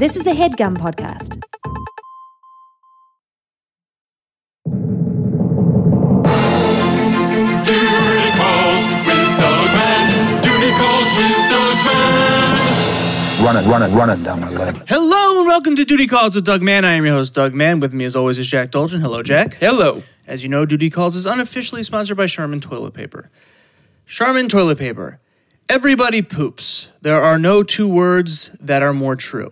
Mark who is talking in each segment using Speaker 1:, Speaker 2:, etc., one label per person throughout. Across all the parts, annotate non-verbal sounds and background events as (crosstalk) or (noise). Speaker 1: This is a headgum podcast.
Speaker 2: Duty calls with Doug Man. Duty calls with Doug Man.
Speaker 3: running, running, running down my leg.
Speaker 4: Hello and welcome to Duty Calls with Doug Mann. I am your host, Doug Mann. With me, as always, is Jack Dolgen. Hello, Jack.
Speaker 5: Hello.
Speaker 4: As you know, Duty Calls is unofficially sponsored by Charmin Toilet Paper. Charmin Toilet Paper. Everybody poops. There are no two words that are more true.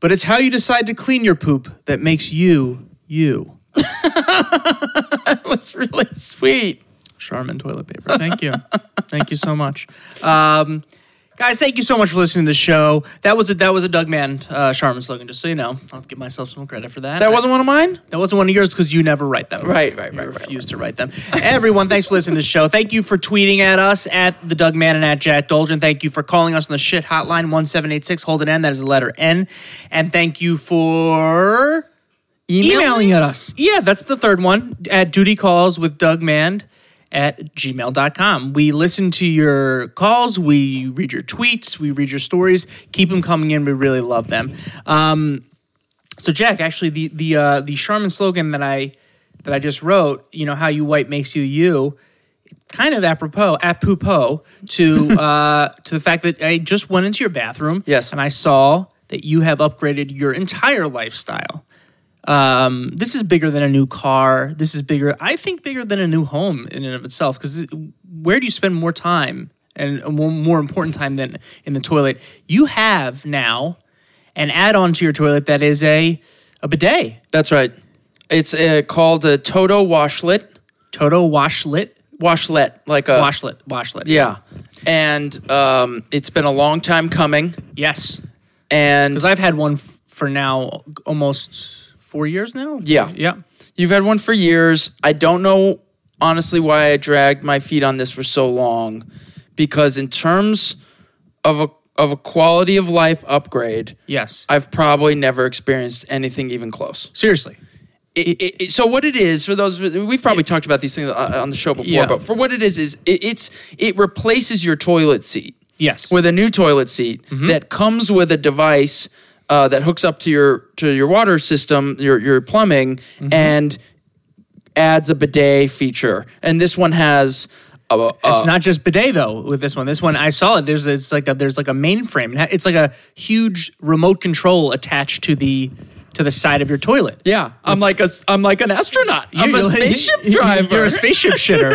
Speaker 4: But it's how you decide to clean your poop that makes you, you.
Speaker 5: (laughs) That was really sweet.
Speaker 4: Charmin Toilet Paper. Thank you. thank you so much. Um, guys, thank you so much for listening to the show. That was a, that was a Doug Mann uh, Charmin slogan, just so you know. I'll give myself some credit for that.
Speaker 5: That wasn't one of mine?
Speaker 4: That wasn't one of yours because you never write them.
Speaker 5: Right, right,
Speaker 4: You
Speaker 5: right, right,
Speaker 4: refuse to write them. Everyone, thanks for listening to the show. Thank you for tweeting at us at the Doug Mann and at Jack Dolgen. Thank you for calling us on the shit hotline one seven eight six. Hold it N. That is the letter N. And thank you for emailing at us. Yeah, that's the third one at duty calls with Doug Mand at gmail.com. We listen to your calls, we read your tweets, we read your stories. Keep them coming in. We really love them. Um, so Jack, actually the the uh, the Charmin slogan that I that I just wrote, you know, how you white makes you you, kind of apropos apropos to uh, to the fact that I just went into your bathroom.
Speaker 5: Yes.
Speaker 4: And I saw that you have upgraded your entire lifestyle. Um, this is bigger than a new car. This is bigger, I think, bigger than a new home in and of itself. Because where do you spend more time and a more, more important time than in the toilet? You have now an add-on to your toilet that is a a bidet,
Speaker 5: That's right. It's uh, called a Toto washlet.
Speaker 4: Toto washlet,
Speaker 5: Washlet, like a
Speaker 4: washlet, washlet.
Speaker 5: Uh, Yeah, and um, it's been a long time coming.
Speaker 4: Yes,
Speaker 5: And
Speaker 4: because I've had one f- for now almost four years now.
Speaker 5: Yeah.
Speaker 4: yeah.
Speaker 5: you've had one for years. I don't know honestly why I dragged my feet on this for so long, because in terms of a of a quality of life upgrade,
Speaker 4: Yes.
Speaker 5: I've probably never experienced anything even close.
Speaker 4: Seriously.
Speaker 5: it, it, it- so what it is for those we've probably talked about these things on on the show before
Speaker 4: Yeah.
Speaker 5: but for what it is is it, it's it replaces your toilet seat
Speaker 4: Yes.
Speaker 5: with a new toilet seat that comes with a device uh, that hooks up to your to your water system your your plumbing and adds a bidet feature and this one has a, a-
Speaker 4: it's not just bidet though with this one. This one I saw it. There's it's like a there's like a mainframe. It ha- It's like a huge remote control attached to the to the side of your toilet.
Speaker 5: yeah i'm like a s- i'm like an astronaut i'm
Speaker 4: (laughs)
Speaker 5: a
Speaker 4: You're-
Speaker 5: (laughs) spaceship driver
Speaker 4: You're a spaceship
Speaker 5: (laughs)
Speaker 4: shitter.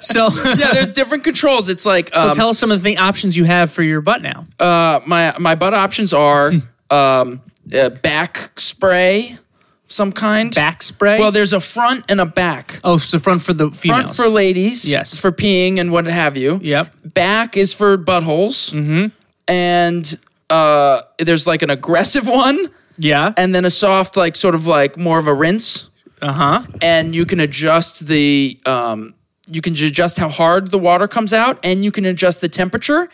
Speaker 4: so, (laughs)
Speaker 5: yeah there's different controls it's like um,
Speaker 4: so tell us some of the thi- options you have for your butt now.
Speaker 5: uh, my my butt options are
Speaker 4: Hmm.
Speaker 5: um, uh, back spray, of some kind.
Speaker 4: Back spray?
Speaker 5: Well, there's a front and a back.
Speaker 4: oh, so front for the
Speaker 5: front
Speaker 4: females.
Speaker 5: for ladies.
Speaker 4: Yes.
Speaker 5: For peeing and what have you.
Speaker 4: Yep.
Speaker 5: Back is for buttholes. Mm-hmm. And uh, there's like an aggressive (laughs) one,
Speaker 4: yeah.
Speaker 5: and then a soft, like sort of like more of a rinse.
Speaker 4: Uh
Speaker 5: Uh-huh.
Speaker 4: huh.
Speaker 5: And you can adjust the um, you can adjust how hard the water comes out, and you can adjust the temperature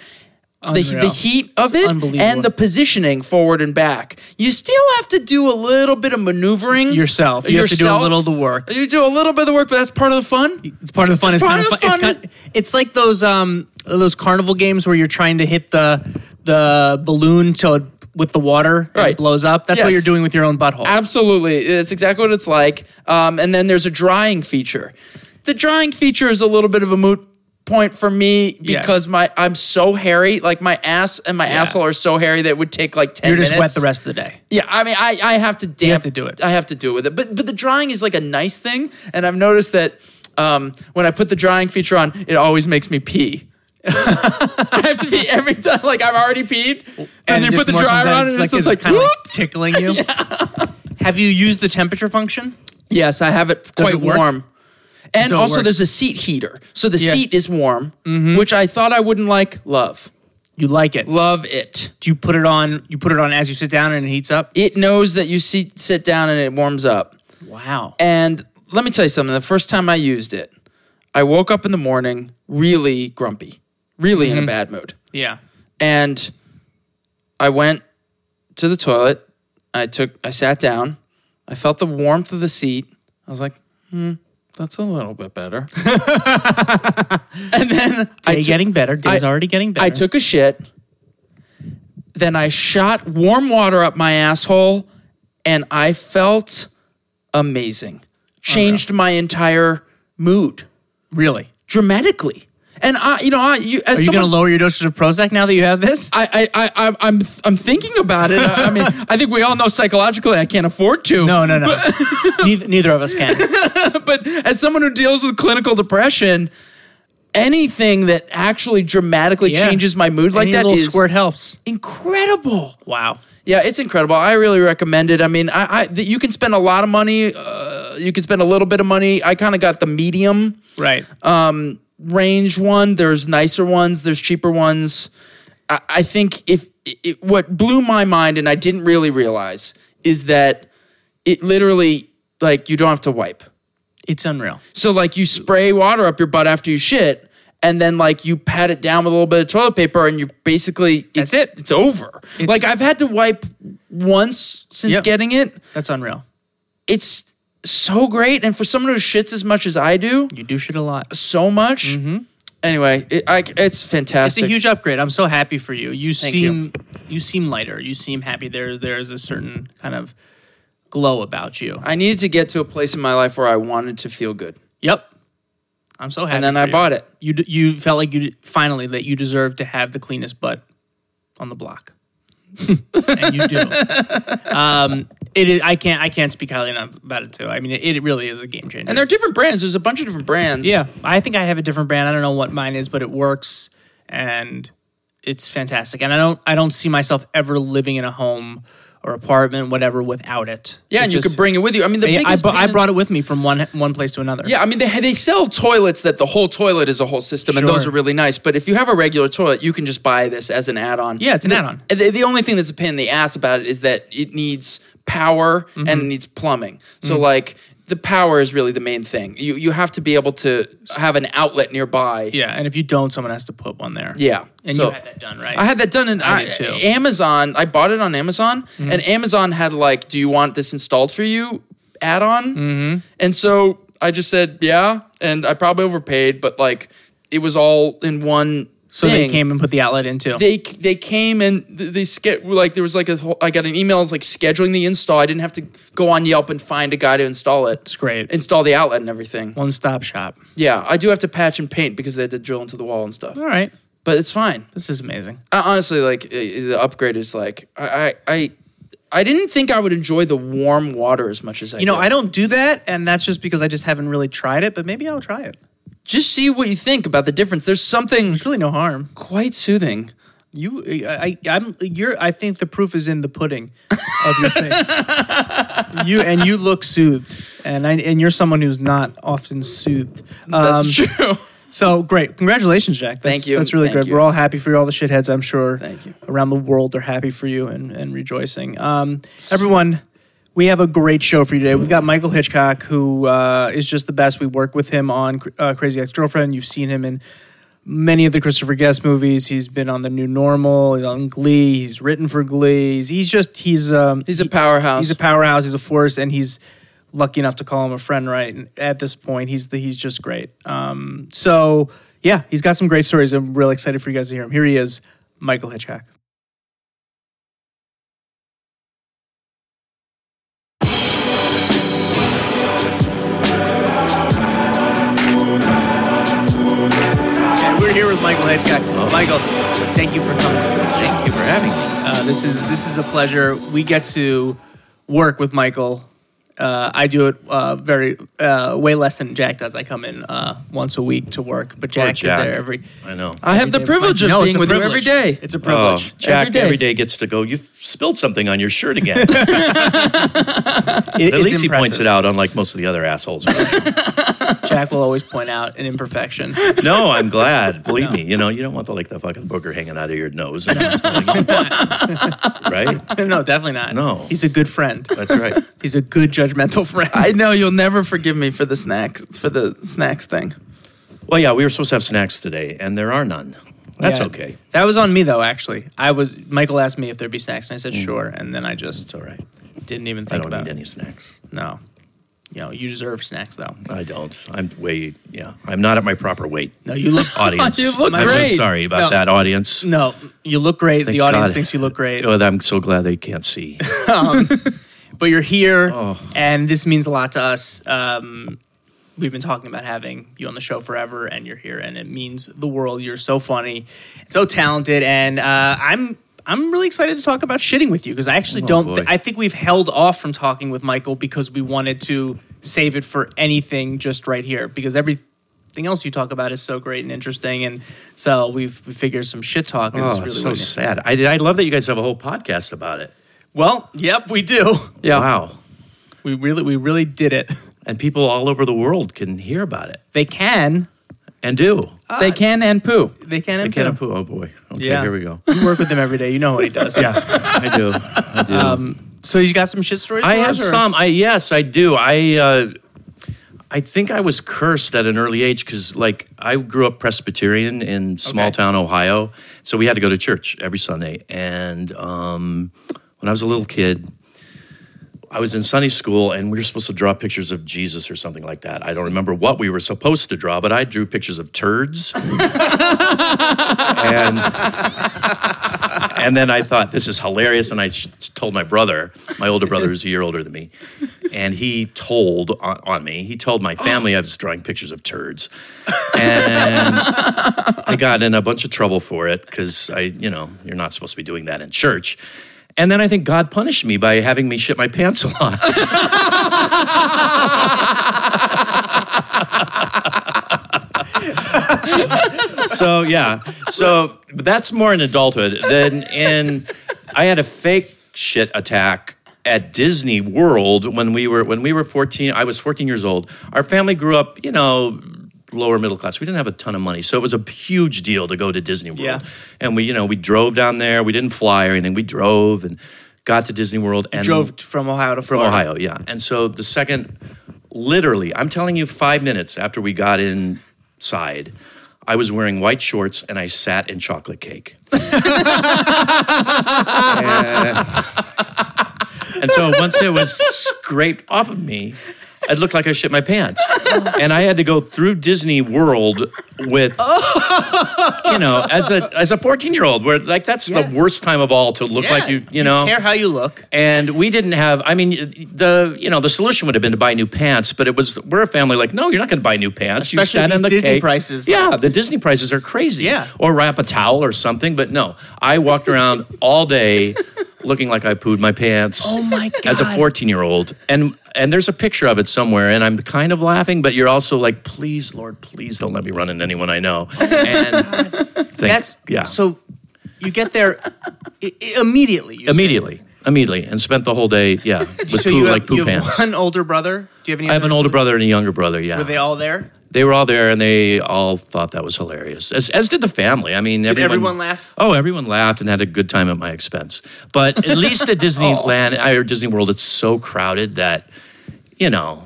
Speaker 5: the,
Speaker 4: Unreal.
Speaker 5: the heat of
Speaker 4: It's
Speaker 5: it
Speaker 4: unbelievable.
Speaker 5: and the positioning forward and back. You still have to do a little bit of maneuvering
Speaker 4: Yourself. You have to do a little of the work.
Speaker 5: You do a little bit of the work, but that's part of the fun.
Speaker 4: It's part of the fun. It's
Speaker 5: Part
Speaker 4: kind of
Speaker 5: of
Speaker 4: fun.
Speaker 5: the
Speaker 4: It's,
Speaker 5: fun
Speaker 4: kind, it's like those um those carnival games where you're trying to hit the the balloon till it, with the water and it
Speaker 5: Right.
Speaker 4: blows up. That's what
Speaker 5: Yes.
Speaker 4: you're doing with your own butthole.
Speaker 5: Absolutely, it's exactly what it's like. Um, and then there's a drying feature. The drying feature is a little bit of a moot point for me
Speaker 4: Yeah.
Speaker 5: because my I'm so hairy. Like my ass and my asshole are so hairy that it would take like 10
Speaker 4: you're just wet
Speaker 5: minutes.
Speaker 4: the rest of the day.
Speaker 5: Yeah, I mean, I, I have to damp.
Speaker 4: have to do it.
Speaker 5: I have to do it with it. But but the drying is like a nice thing, and I've noticed that um, when I put the drying feature on, it always makes me pee. (laughs) I have to pee every time. Like I've already peed, and,
Speaker 4: And
Speaker 5: then
Speaker 4: it
Speaker 5: you
Speaker 4: just
Speaker 5: put the
Speaker 4: more comes
Speaker 5: dryer
Speaker 4: out,
Speaker 5: on, and it's just like,
Speaker 4: kinda
Speaker 5: whoop.
Speaker 4: tickling
Speaker 5: (laughs)
Speaker 4: you. Have you used the temperature function?
Speaker 5: yes, I have it quite
Speaker 4: it work?
Speaker 5: warm. And
Speaker 4: So it
Speaker 5: also,
Speaker 4: works.
Speaker 5: there's a seat heater, so the
Speaker 4: Yeah. Mm-hmm.
Speaker 5: seat is warm, which I thought I wouldn't like. Love,
Speaker 4: You like it.
Speaker 5: love it.
Speaker 4: Do you put it on? You put it on as you sit down and it heats up.
Speaker 5: It knows that you sit sit down and it warms up.
Speaker 4: Wow.
Speaker 5: And let me tell you something. The first time I used it, I woke up in the morning really grumpy, really
Speaker 4: Mm-hmm.
Speaker 5: in a bad mood.
Speaker 4: Yeah.
Speaker 5: And I went to the toilet. I took, I sat down. I felt the warmth of the seat. I was like, hmm, that's a little bit better. (laughs) and then I
Speaker 4: Day
Speaker 5: took-
Speaker 4: getting better. Day's
Speaker 5: I-
Speaker 4: already getting better.
Speaker 5: I took a shit. Then I shot warm water up my asshole and I felt
Speaker 4: Oh,
Speaker 5: amazing. Changed my entire mood
Speaker 4: Really?
Speaker 5: dramatically. And I, you know, I, you, as
Speaker 4: Are you
Speaker 5: someone,
Speaker 4: going to lower your dosage of Prozac now that you have this?
Speaker 5: I, I, I, I'm- I'm, I'm thinking about it. I,
Speaker 4: (laughs)
Speaker 5: I mean, I think we all know psychologically I can't afford to.
Speaker 4: No, no, no. (laughs) neither, neither of us can.
Speaker 5: (laughs) but as someone who deals with clinical depression, anything that actually dramatically
Speaker 4: Yeah.
Speaker 5: changes my mood (laughs) like
Speaker 4: Any
Speaker 5: that
Speaker 4: little
Speaker 5: is
Speaker 4: squirt helps.
Speaker 5: incredible.
Speaker 4: Wow.
Speaker 5: Yeah, it's incredible. I really recommend it. I mean, I, I th- you can spend a lot of money. Uh, you can spend a little bit of money. I kind of got the medium
Speaker 4: Right.
Speaker 5: range one. There's nicer ones. There's cheaper ones. I, I think if it, what blew my mind and I didn't really realize is that it literally like you don't have to wipe.
Speaker 4: it's unreal.
Speaker 5: So like you spray water up your butt after you shit, and then like you pat it down with a little bit of toilet paper, and you basically
Speaker 4: That's
Speaker 5: it's-
Speaker 4: it.
Speaker 5: It's over. like I've had to wipe once since
Speaker 4: Yep.
Speaker 5: getting it.
Speaker 4: That's unreal.
Speaker 5: It's so great, and for someone who shits as much as I do,
Speaker 4: You do shit a lot.
Speaker 5: so much. Anyway, it, I, it's
Speaker 4: Mm-hmm. It's
Speaker 5: fantastic.
Speaker 4: a huge upgrade. I'm so happy for you. You seem
Speaker 5: you.
Speaker 4: you. seem lighter. You seem happy. There there's a certain kind of glow about you.
Speaker 5: I needed to get to a place in my life where I wanted to feel good,
Speaker 4: yep. I'm so happy.
Speaker 5: and then
Speaker 4: for
Speaker 5: I
Speaker 4: you.
Speaker 5: bought it.
Speaker 4: You d- you felt like you d- finally that you deserved to have the cleanest butt on the block, (laughs) and you do. Um, it is. I can't. I can't speak highly enough about it too. I mean, it, it really is a game changer.
Speaker 5: And there are different brands. There's a bunch of different brands.
Speaker 4: Yeah, I think I have a different brand. I don't know what mine is, but it works and it's fantastic. And I don't I don't see myself ever living in a home or apartment, whatever, without it.
Speaker 5: yeah,
Speaker 4: It
Speaker 5: and you
Speaker 4: just-
Speaker 5: could bring it with you. I mean, the
Speaker 4: Yeah, I,
Speaker 5: biggest
Speaker 4: bu- I
Speaker 5: pain in-
Speaker 4: brought it with me from one one place to another.
Speaker 5: Yeah, I mean, they, they sell toilets that the whole toilet is a whole system, and those
Speaker 4: Sure.
Speaker 5: are really nice. But if you have a regular toilet, you can just buy this as an add on.
Speaker 4: Yeah, it's an add-on.
Speaker 5: The, the only thing that's a pain in the ass about it is that it needs power
Speaker 4: Mm-hmm.
Speaker 5: and it needs plumbing.
Speaker 4: Mm.
Speaker 5: So, like, the power is really the main thing. You, you have to be able to have an outlet nearby.
Speaker 4: yeah. And if you don't, someone has to put one there.
Speaker 5: Yeah.
Speaker 4: and
Speaker 5: So-
Speaker 4: you had that done, right?
Speaker 5: I had that done in I
Speaker 4: did too. Mm-hmm.
Speaker 5: Amazon. I bought it on Amazon, and Amazon had like, "Do you want this installed for you?" add-on, mm-hmm. and so I just said, "Yeah," and I probably overpaid, but like, it was all in one.
Speaker 4: so they
Speaker 5: thing.
Speaker 4: came and put the outlet in too.
Speaker 5: They they came and th- they ske- like there was like a whole, I got an email it's like scheduling the install. I didn't have to go on Yelp and find a guy to install it. It's
Speaker 4: great.
Speaker 5: Install the outlet and everything.
Speaker 4: one stop shop.
Speaker 5: Yeah, I do have to patch and paint because they had to drill into the wall and stuff.
Speaker 4: All right,
Speaker 5: But it's fine.
Speaker 4: this is amazing.
Speaker 5: I, honestly, like uh, the upgrade is like I, I I I didn't think I would enjoy the warm water as much as I.
Speaker 4: You know,
Speaker 5: did.
Speaker 4: I don't do that, and that's just because I just haven't really tried it. But maybe I'll try it.
Speaker 5: just see what you think about the difference. There's something
Speaker 4: It's really no harm.
Speaker 5: quite soothing.
Speaker 4: You, I, I- I'm, you're. I think the proof is in the pudding of your
Speaker 5: (laughs)
Speaker 4: face. you and you look soothed, and I, and you're someone who's not often soothed.
Speaker 5: That's (laughs)
Speaker 4: Um,
Speaker 5: true.
Speaker 4: So great, congratulations, Jack. That's,
Speaker 5: Thank you.
Speaker 4: That's really
Speaker 5: Thank
Speaker 4: good.
Speaker 5: you.
Speaker 4: We're all happy for you. All the shitheads, I'm sure,
Speaker 5: Thank you.
Speaker 4: around the world, are happy for you and and rejoicing. Um, everyone. We have a great show for you today. We've got Michael Hitchcock, who uh, is just the best. We work with him on uh, Crazy Ex Girlfriend. You've seen him in many of the Christopher Guest movies. He's been on the New Normal, he's on Glee, he's written for Glee. He's, he's just he's um
Speaker 5: He's a powerhouse.
Speaker 4: he's a powerhouse, he's a force, and he's lucky enough to call him a friend. Right and at this point, he's the, he's just great. Um, so yeah, he's got some great stories. I'm really excited for you guys to hear him. Here he is, Michael Hitchcock. And we're here with Michael Hitchcock. Michael, thank you for coming. Thank you for having me. Uh, this is this is a pleasure. We get to work with Michael. Uh, I do it uh, very uh, way less than Jack does. I come in uh, once a week to work, but Jack,
Speaker 1: Jack.
Speaker 4: is there every.
Speaker 1: I know.
Speaker 5: I have the privilege of
Speaker 4: No, it's
Speaker 5: being
Speaker 4: a
Speaker 5: with you every
Speaker 4: privilege.
Speaker 5: day.
Speaker 4: It's a
Speaker 1: Oh,
Speaker 4: privilege.
Speaker 1: Jack
Speaker 5: Every day.
Speaker 1: every day gets to go. You spilled something on your
Speaker 4: (laughs)
Speaker 1: shirt again. At
Speaker 4: It- it's
Speaker 1: least he points
Speaker 4: impressive.
Speaker 1: it out, unlike most of the other assholes. around.
Speaker 4: Jack will always point out an imperfection. (laughs)
Speaker 1: no, I'm glad. Believe me, you know you don't want the, like the fucking booger hanging out of your nose,
Speaker 4: (laughs)
Speaker 1: right?
Speaker 4: no, definitely not.
Speaker 1: No.
Speaker 4: he's a good
Speaker 1: (laughs)
Speaker 4: friend.
Speaker 1: That's right.
Speaker 4: He's a good judgmental friend.
Speaker 5: I know you'll never forgive me for the snacks for the snacks thing.
Speaker 1: Well, yeah, we were supposed to have snacks today, and there are none. That's
Speaker 4: Yeah.
Speaker 1: okay.
Speaker 4: That was on me though. Actually, I was Michael asked me if there'd be snacks, and I said sure, and then I just
Speaker 1: It's all right.
Speaker 4: didn't even
Speaker 1: Mm. I
Speaker 4: think
Speaker 1: don't
Speaker 4: about
Speaker 1: need
Speaker 4: it.
Speaker 1: any snacks.
Speaker 4: No, You know, you deserve snacks though.
Speaker 1: I don't. I'm way. Yeah, I'm not at my proper weight.
Speaker 4: No, (laughs) you look
Speaker 1: Audience,
Speaker 5: You look
Speaker 1: I'm
Speaker 5: great.
Speaker 1: just sorry about
Speaker 4: No.
Speaker 1: that, audience.
Speaker 4: No, you look great.
Speaker 1: Thank
Speaker 4: the audience
Speaker 1: God.
Speaker 4: thinks you look great,
Speaker 1: Oh, I'm so glad they can't see.
Speaker 4: but you're here,
Speaker 1: Oh.
Speaker 4: and this means a lot to us. Um, we've been talking about having you on the show forever, and you're here, and it means the world. You're so funny, so talented, and uh, I'm I'm really excited to talk about shitting with you because I actually don't.
Speaker 1: Oh, boy.
Speaker 4: I think we've held off from talking with Michael because we wanted to save it for anything just right here because everything else you talk about is so great and interesting and so we've we figured some shit talk is
Speaker 1: Oh,
Speaker 4: really
Speaker 1: it's
Speaker 4: what
Speaker 1: so
Speaker 4: it is.
Speaker 1: sad. I, I love that you guys have a whole podcast about it.
Speaker 4: well yep we do
Speaker 5: Yeah.
Speaker 1: Wow.
Speaker 4: we really we really did it (laughs)
Speaker 1: And people all over the world can hear about it
Speaker 4: They can.
Speaker 1: and do.
Speaker 5: They can and poo.
Speaker 4: They can.
Speaker 1: I
Speaker 4: and
Speaker 1: can't
Speaker 4: do.
Speaker 1: poo. Oh boy. Okay,
Speaker 4: Yeah.
Speaker 1: here we go.
Speaker 4: You work with him every day. You know what he does.
Speaker 1: Yeah, I do. I do.
Speaker 4: Um, So you got some shit stories?
Speaker 1: I
Speaker 4: for
Speaker 1: have
Speaker 4: us, or-
Speaker 1: some. I yes, I do. I uh, I think I was cursed at an early age because like I grew up Presbyterian in small
Speaker 4: Okay.
Speaker 1: town Ohio, so we had to go to church every Sunday. And um, when I was a little kid, I was in Sunday school, and we were supposed to draw pictures of Jesus or something like that. I don't remember what we were supposed to draw, but I drew pictures of turds. (laughs) and (laughs) and then I thought this is hilarious, and I sh- told my brother, my older brother who's a year older than me, and he told on, on me. He told my family I was drawing pictures of turds, and I got in a bunch of trouble for it because I, you know, you're not supposed to be doing that in church. And then I think God punished me by having me shit my pants a lot. so yeah so that's more in adulthood than in i had a fake shit attack at disney world when we were when we were 14 i was 14 years old our family grew up you know lower middle class we didn't have a ton of money so it was a huge deal to go to disney world
Speaker 4: Yeah.
Speaker 1: and we you know we drove down there we didn't fly or anything we drove and got to disney world and
Speaker 4: drove from Ohio to
Speaker 1: from
Speaker 4: Florida.
Speaker 1: Ohio, yeah. And so the second, literally, I'm telling you, five minutes after we got inside, I was wearing white shorts and I sat in chocolate cake. (laughs) and, and so once it was scraped off of me, it looked like I shit my pants. And I had to go through Disney World with, you know, as a as a 14 year old, where like that's
Speaker 4: Yeah.
Speaker 1: the worst time of all to look
Speaker 4: Yeah.
Speaker 1: like you, you know
Speaker 4: Care how you look.
Speaker 1: and we didn't have i mean the you know the solution would have been to buy new pants but it was we're a family like no you're not going to buy new pants
Speaker 4: Especially
Speaker 1: you sat
Speaker 4: these
Speaker 1: in the
Speaker 4: Disney
Speaker 1: cake.
Speaker 4: prices,
Speaker 1: yeah
Speaker 4: like-
Speaker 1: the disney prices are crazy
Speaker 4: Yeah.
Speaker 1: or wrap a towel or something but no i walked
Speaker 4: (laughs)
Speaker 1: around all day looking like i pooed my pants oh
Speaker 5: my
Speaker 1: as a 14 year old and and there's a picture of it somewhere and i'm kind of laughing but you're also like please lord please don't let me run into anyone i know and think,
Speaker 4: Oh That's
Speaker 1: yeah
Speaker 4: So you get there i- i- immediately. You said.
Speaker 1: immediately immediately and spent the whole day yeah
Speaker 4: (laughs)
Speaker 1: with
Speaker 4: So
Speaker 1: poo
Speaker 4: you have,
Speaker 1: like poo
Speaker 4: you have
Speaker 1: pants
Speaker 4: one older brother. Do you have any?
Speaker 1: I have
Speaker 4: other
Speaker 1: an older
Speaker 4: siblings?
Speaker 1: brother and a younger brother. Yeah,
Speaker 4: Were they all there?
Speaker 1: They were all there, and they all thought that was hilarious. As, as did the family. I mean, did
Speaker 4: everyone laugh?
Speaker 1: Oh, everyone laughed and had a good time at my expense. But at
Speaker 4: (laughs)
Speaker 1: least at Disneyland
Speaker 4: Oh.
Speaker 1: I- or Disney World, it's so crowded that you know,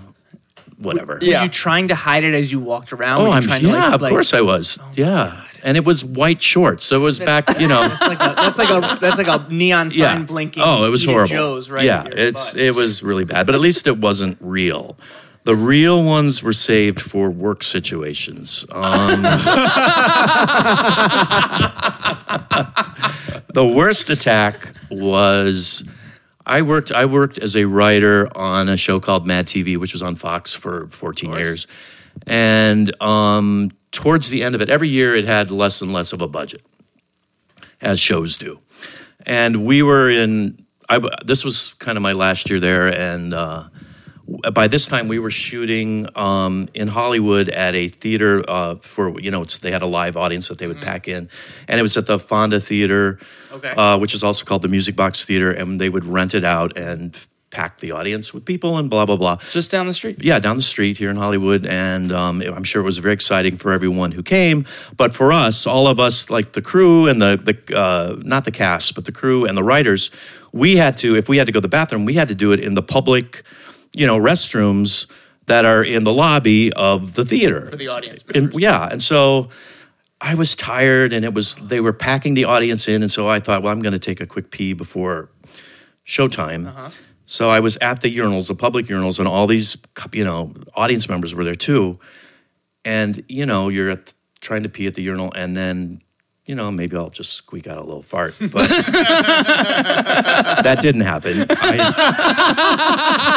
Speaker 1: whatever.
Speaker 5: Yeah.
Speaker 4: Were you trying to hide it as you walked around? Were
Speaker 1: Oh,
Speaker 4: you
Speaker 1: I'm
Speaker 4: trying
Speaker 1: yeah.
Speaker 4: to, like-
Speaker 1: of
Speaker 4: like-
Speaker 1: course I was. yeah, and it was white shorts, so it was back.
Speaker 4: (laughs)
Speaker 1: You know. (laughs)
Speaker 4: That's like a that's like a that's like a neon sign
Speaker 1: Yeah.
Speaker 4: blinking.
Speaker 1: Oh, it was
Speaker 4: Eating
Speaker 1: horrible.
Speaker 4: Joe's right.
Speaker 1: Yeah,
Speaker 4: in your
Speaker 1: it's
Speaker 4: butt.
Speaker 1: it was really bad, but at least it wasn't real. The real ones were saved for work situations. Um, (laughs) the worst attack was I worked I worked as a writer on a show called Mad TV, which was on Fox for 14 years, and um, towards the end of it, every year it had less and less of a budget as shows do. And we were in. I, w- this was kind of my last year there, and uh, w- by this time we were shooting um, in Hollywood at a theater uh, for you know it's, they had a live audience that they would pack in, and it was at the Fonda Theater,
Speaker 4: Okay.
Speaker 1: uh, which is also called the Music Box Theater, and they would rent it out and f- pack the audience with people and blah blah blah.
Speaker 5: Just down the street.
Speaker 1: Yeah, down the street here in Hollywood, and um, I'm sure it was very exciting for everyone who came. But for us, all of us, like the crew and the the uh, not the cast, but the crew and the writers, we had to if we had to go to the bathroom, we had to do it in the public, you know, restrooms that are in the lobby of the theater
Speaker 4: for the audience.
Speaker 1: and, yeah, and so I was tired, and it was they were packing the audience in, and so I thought, well, I'm going to take a quick pee before showtime. So I was at the urinals, the public urinals, and all these, you know, audience members were there too. And, you know, you're at, trying to pee at the urinal, and then, you know, maybe I'll just squeak out a little fart. But that didn't happen. I,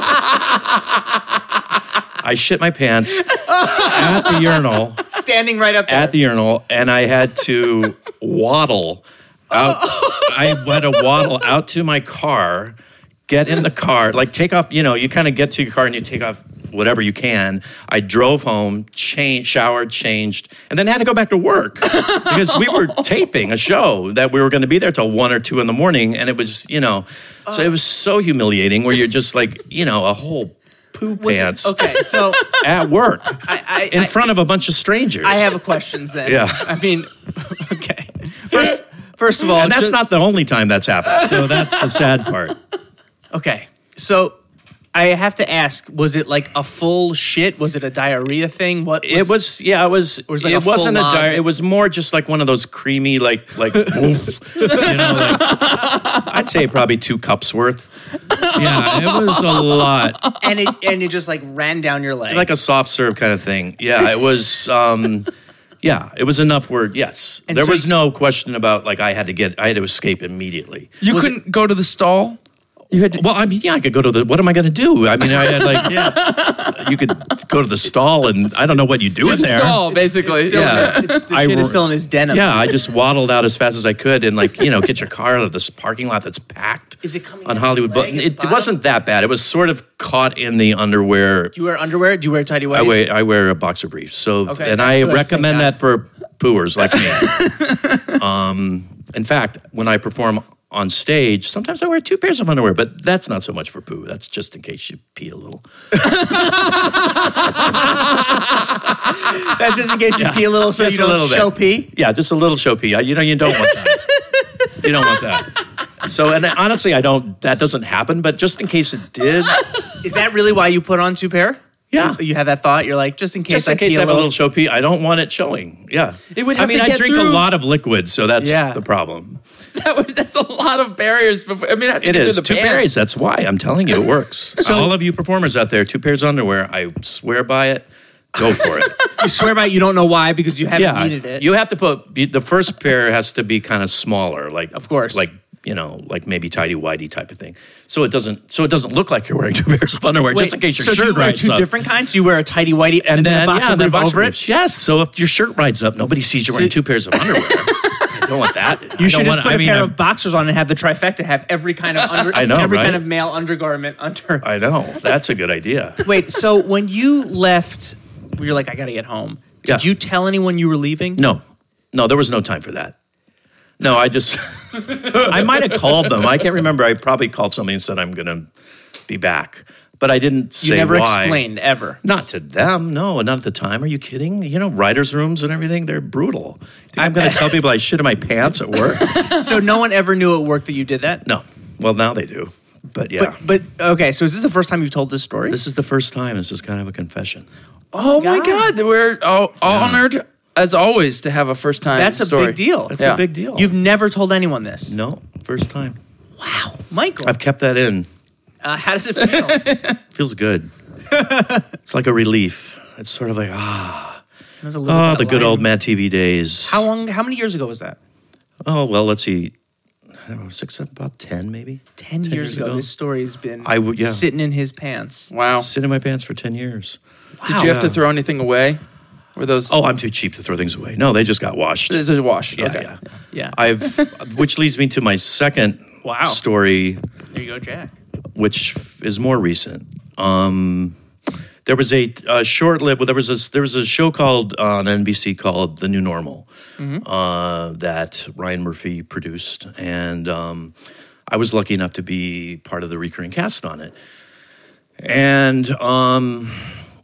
Speaker 1: I shit my pants at the urinal
Speaker 4: Standing right up there.
Speaker 1: at the urinal and I had to waddle out. I had to waddle out to my car, get in the car, like take off, you know, you kind of get to your car and you take off whatever you can. I drove home, changed, showered, changed, and then had to go back to work because
Speaker 4: (laughs)
Speaker 1: we were taping a show that we were going to be there till one or two in the morning. And it was, you know, so it was so humiliating where you're just like, you know, a whole poo pants
Speaker 4: okay,
Speaker 1: (laughs)
Speaker 4: so
Speaker 1: at work
Speaker 4: I, I,
Speaker 1: in
Speaker 4: I,
Speaker 1: front of a bunch of strangers.
Speaker 4: I have questions then.
Speaker 1: Yeah.
Speaker 4: I mean, (laughs) okay. First, first of all,
Speaker 1: and that's
Speaker 4: ju-
Speaker 1: not the only time that's happened. (laughs) So that's the sad part.
Speaker 4: Okay. So I have to ask, was it like a full shit? Was it a diarrhea thing? What
Speaker 1: It was yeah, it was.
Speaker 4: was like a
Speaker 1: it wasn't a
Speaker 4: full-on-
Speaker 1: dire. It was more just like one of those creamy, like like. oof, (laughs) you know, like I'd say probably two cups worth. Yeah, it was a lot,
Speaker 4: and it and it just like ran down your leg.
Speaker 1: like a soft serve kind of thing. Yeah, it was. um Yeah, it was enough word. Yes,
Speaker 4: And
Speaker 1: there
Speaker 4: so
Speaker 1: was
Speaker 4: you-
Speaker 1: no question about like I had to get. I had to escape immediately.
Speaker 5: You
Speaker 4: Was
Speaker 5: couldn't go to the stall. You had to.
Speaker 1: Well, I mean, yeah, I could go to the. What am I going to do? I mean, I had
Speaker 4: (laughs)
Speaker 1: like. You could go to the stall, and I don't know what you do in there.
Speaker 5: Stall, basically.
Speaker 1: Yeah.
Speaker 4: It's- the
Speaker 1: I
Speaker 4: shit
Speaker 1: ro-
Speaker 4: is still in his denim.
Speaker 1: Yeah, I just waddled out as fast as I could and like you know get your car out of this parking lot that's packed.
Speaker 4: Is it coming
Speaker 1: on
Speaker 4: out
Speaker 1: Hollywood?
Speaker 4: the leg
Speaker 1: But
Speaker 4: at the
Speaker 1: it,
Speaker 4: bottom?
Speaker 1: wasn't that bad. It was sort of caught in the underwear.
Speaker 4: Do you wear underwear? Do you wear tidy whities?
Speaker 1: I wear I wear a boxer brief. So
Speaker 4: Okay,
Speaker 1: and
Speaker 4: that's
Speaker 1: I
Speaker 4: good,
Speaker 1: recommend
Speaker 4: thank
Speaker 1: that for pooers like me. um,
Speaker 4: (laughs)
Speaker 1: in fact, when I perform on stage, sometimes I wear two pairs of underwear, but that's not so much for poo. That's just in case you pee a little.
Speaker 4: That's just in
Speaker 1: (laughs)
Speaker 4: case you pee a little so
Speaker 1: Just
Speaker 4: you
Speaker 1: a
Speaker 4: don't
Speaker 1: little bit.
Speaker 4: show pee.
Speaker 1: Yeah, just a little show pee. I- You know, you don't want that. you don't want that. So, and honestly, I don't. That doesn't happen. But just in case
Speaker 4: (laughs)
Speaker 1: it did,
Speaker 4: Is that really why you put on two pair?
Speaker 1: Yeah.
Speaker 4: You, you have that thought. You're like, just in case
Speaker 1: just in
Speaker 4: I pee
Speaker 1: case I
Speaker 4: a
Speaker 1: have a
Speaker 4: little.
Speaker 1: little show pee, I don't want it showing. Yeah,
Speaker 5: It would
Speaker 1: I
Speaker 5: have
Speaker 1: mean,
Speaker 5: to
Speaker 1: I
Speaker 5: get
Speaker 1: drink a
Speaker 5: through-
Speaker 1: lot of liquid, so that's
Speaker 4: Yeah.
Speaker 1: the problem.
Speaker 5: (laughs) That would, that's a lot of barriers. Before I mean, I have to
Speaker 1: It
Speaker 5: get
Speaker 1: is
Speaker 5: through the
Speaker 1: two
Speaker 5: pants.
Speaker 1: pairs. That's why I'm telling you, it
Speaker 4: (laughs)
Speaker 1: works. All of you performers out there, two pairs of underwear. I swear by it. Go
Speaker 4: (laughs)
Speaker 1: for it.
Speaker 4: you swear by it, you don't know why because you haven't
Speaker 1: yeah,
Speaker 4: needed it.
Speaker 1: you have to put you- the first pair has to be kind of smaller, like
Speaker 4: Of course.
Speaker 1: like you know, like maybe tidy whitey type of thing. So it doesn't so it doesn't look like you're wearing (laughs) two pairs of underwear,
Speaker 4: Wait,
Speaker 1: just in case your
Speaker 4: so do
Speaker 1: shirt
Speaker 4: you wear
Speaker 1: rides
Speaker 4: two
Speaker 1: up.
Speaker 4: different kinds? You wear a tidy whitey and, then, a boxer
Speaker 1: yeah,
Speaker 4: brief
Speaker 1: boxer
Speaker 4: over it.
Speaker 1: briefs. Yes. So if your shirt rides up, nobody sees you wearing two pairs
Speaker 4: (laughs)
Speaker 1: of underwear. I don't want that. I
Speaker 4: You
Speaker 1: don't
Speaker 4: should just
Speaker 1: want-
Speaker 4: put
Speaker 1: I
Speaker 4: a
Speaker 1: mean,
Speaker 4: pair
Speaker 1: I'm-
Speaker 4: of boxers on and have the trifecta have every kind
Speaker 1: (laughs)
Speaker 4: of under,
Speaker 1: I know,
Speaker 4: every
Speaker 1: right?
Speaker 4: kind of male undergarment under.
Speaker 1: I know that's a good idea.
Speaker 4: Wait, so when you left, you're like, I gotta get home. Did
Speaker 1: Yeah.
Speaker 4: you tell anyone you were leaving?
Speaker 1: No, no, there was no time for that. No, I just, (laughs) I might have called them. I can't remember. I probably called somebody and said I'm going to be back, but I didn't say
Speaker 4: you never
Speaker 1: why.
Speaker 4: explained ever.
Speaker 1: Not to them, no, not at the time. Are you kidding? You know, writers' rooms and everything—they're brutal. You think I'm going to tell people I shit in my pants at work?
Speaker 4: so no one ever knew at work that you did that.
Speaker 1: No. Well, now they do. But yeah,
Speaker 4: But, but okay, so is this the first time you've told this story?
Speaker 1: this is the first time. This is kind of a confession.
Speaker 5: Oh my God! We're all, honored as always to have a first time.
Speaker 4: That's a
Speaker 5: story.
Speaker 4: big deal.
Speaker 1: That's
Speaker 5: Yeah.
Speaker 1: a big deal.
Speaker 4: You've never told anyone this.
Speaker 1: no first time.
Speaker 4: Wow, Michael,
Speaker 1: I've kept that in.
Speaker 4: uh, how does it
Speaker 1: (laughs)
Speaker 4: feel?
Speaker 1: Feels
Speaker 4: (laughs)
Speaker 1: good. it's like a relief. It's sort of like ah, oh, the good old Matt TV days.
Speaker 4: How long? How many years ago was that?
Speaker 1: Oh well, let's see. I don't know, six, about ten, maybe.
Speaker 4: Ten, years, ago, this story's been
Speaker 1: I would- yeah.
Speaker 4: sitting in his pants.
Speaker 5: Wow!
Speaker 1: Sit in my pants for ten years.
Speaker 5: Did you have to throw anything away? Were those?
Speaker 1: Oh, I'm too cheap to throw things away. No, they just got
Speaker 4: (laughs)
Speaker 1: washed.
Speaker 5: this is a wash.
Speaker 1: Yeah,
Speaker 5: okay.
Speaker 1: yeah.
Speaker 4: Yeah.
Speaker 1: I've, which leads me to my second
Speaker 4: (laughs) Wow.
Speaker 1: story.
Speaker 4: there you go, Jack.
Speaker 1: which is more recent. Um, there was a, uh short-lived. Well, there was a there was a show called uh, on NBC called The New Normal uh, that Ryan Murphy produced, and um, I was lucky enough to be part of the recurring cast on it. And um,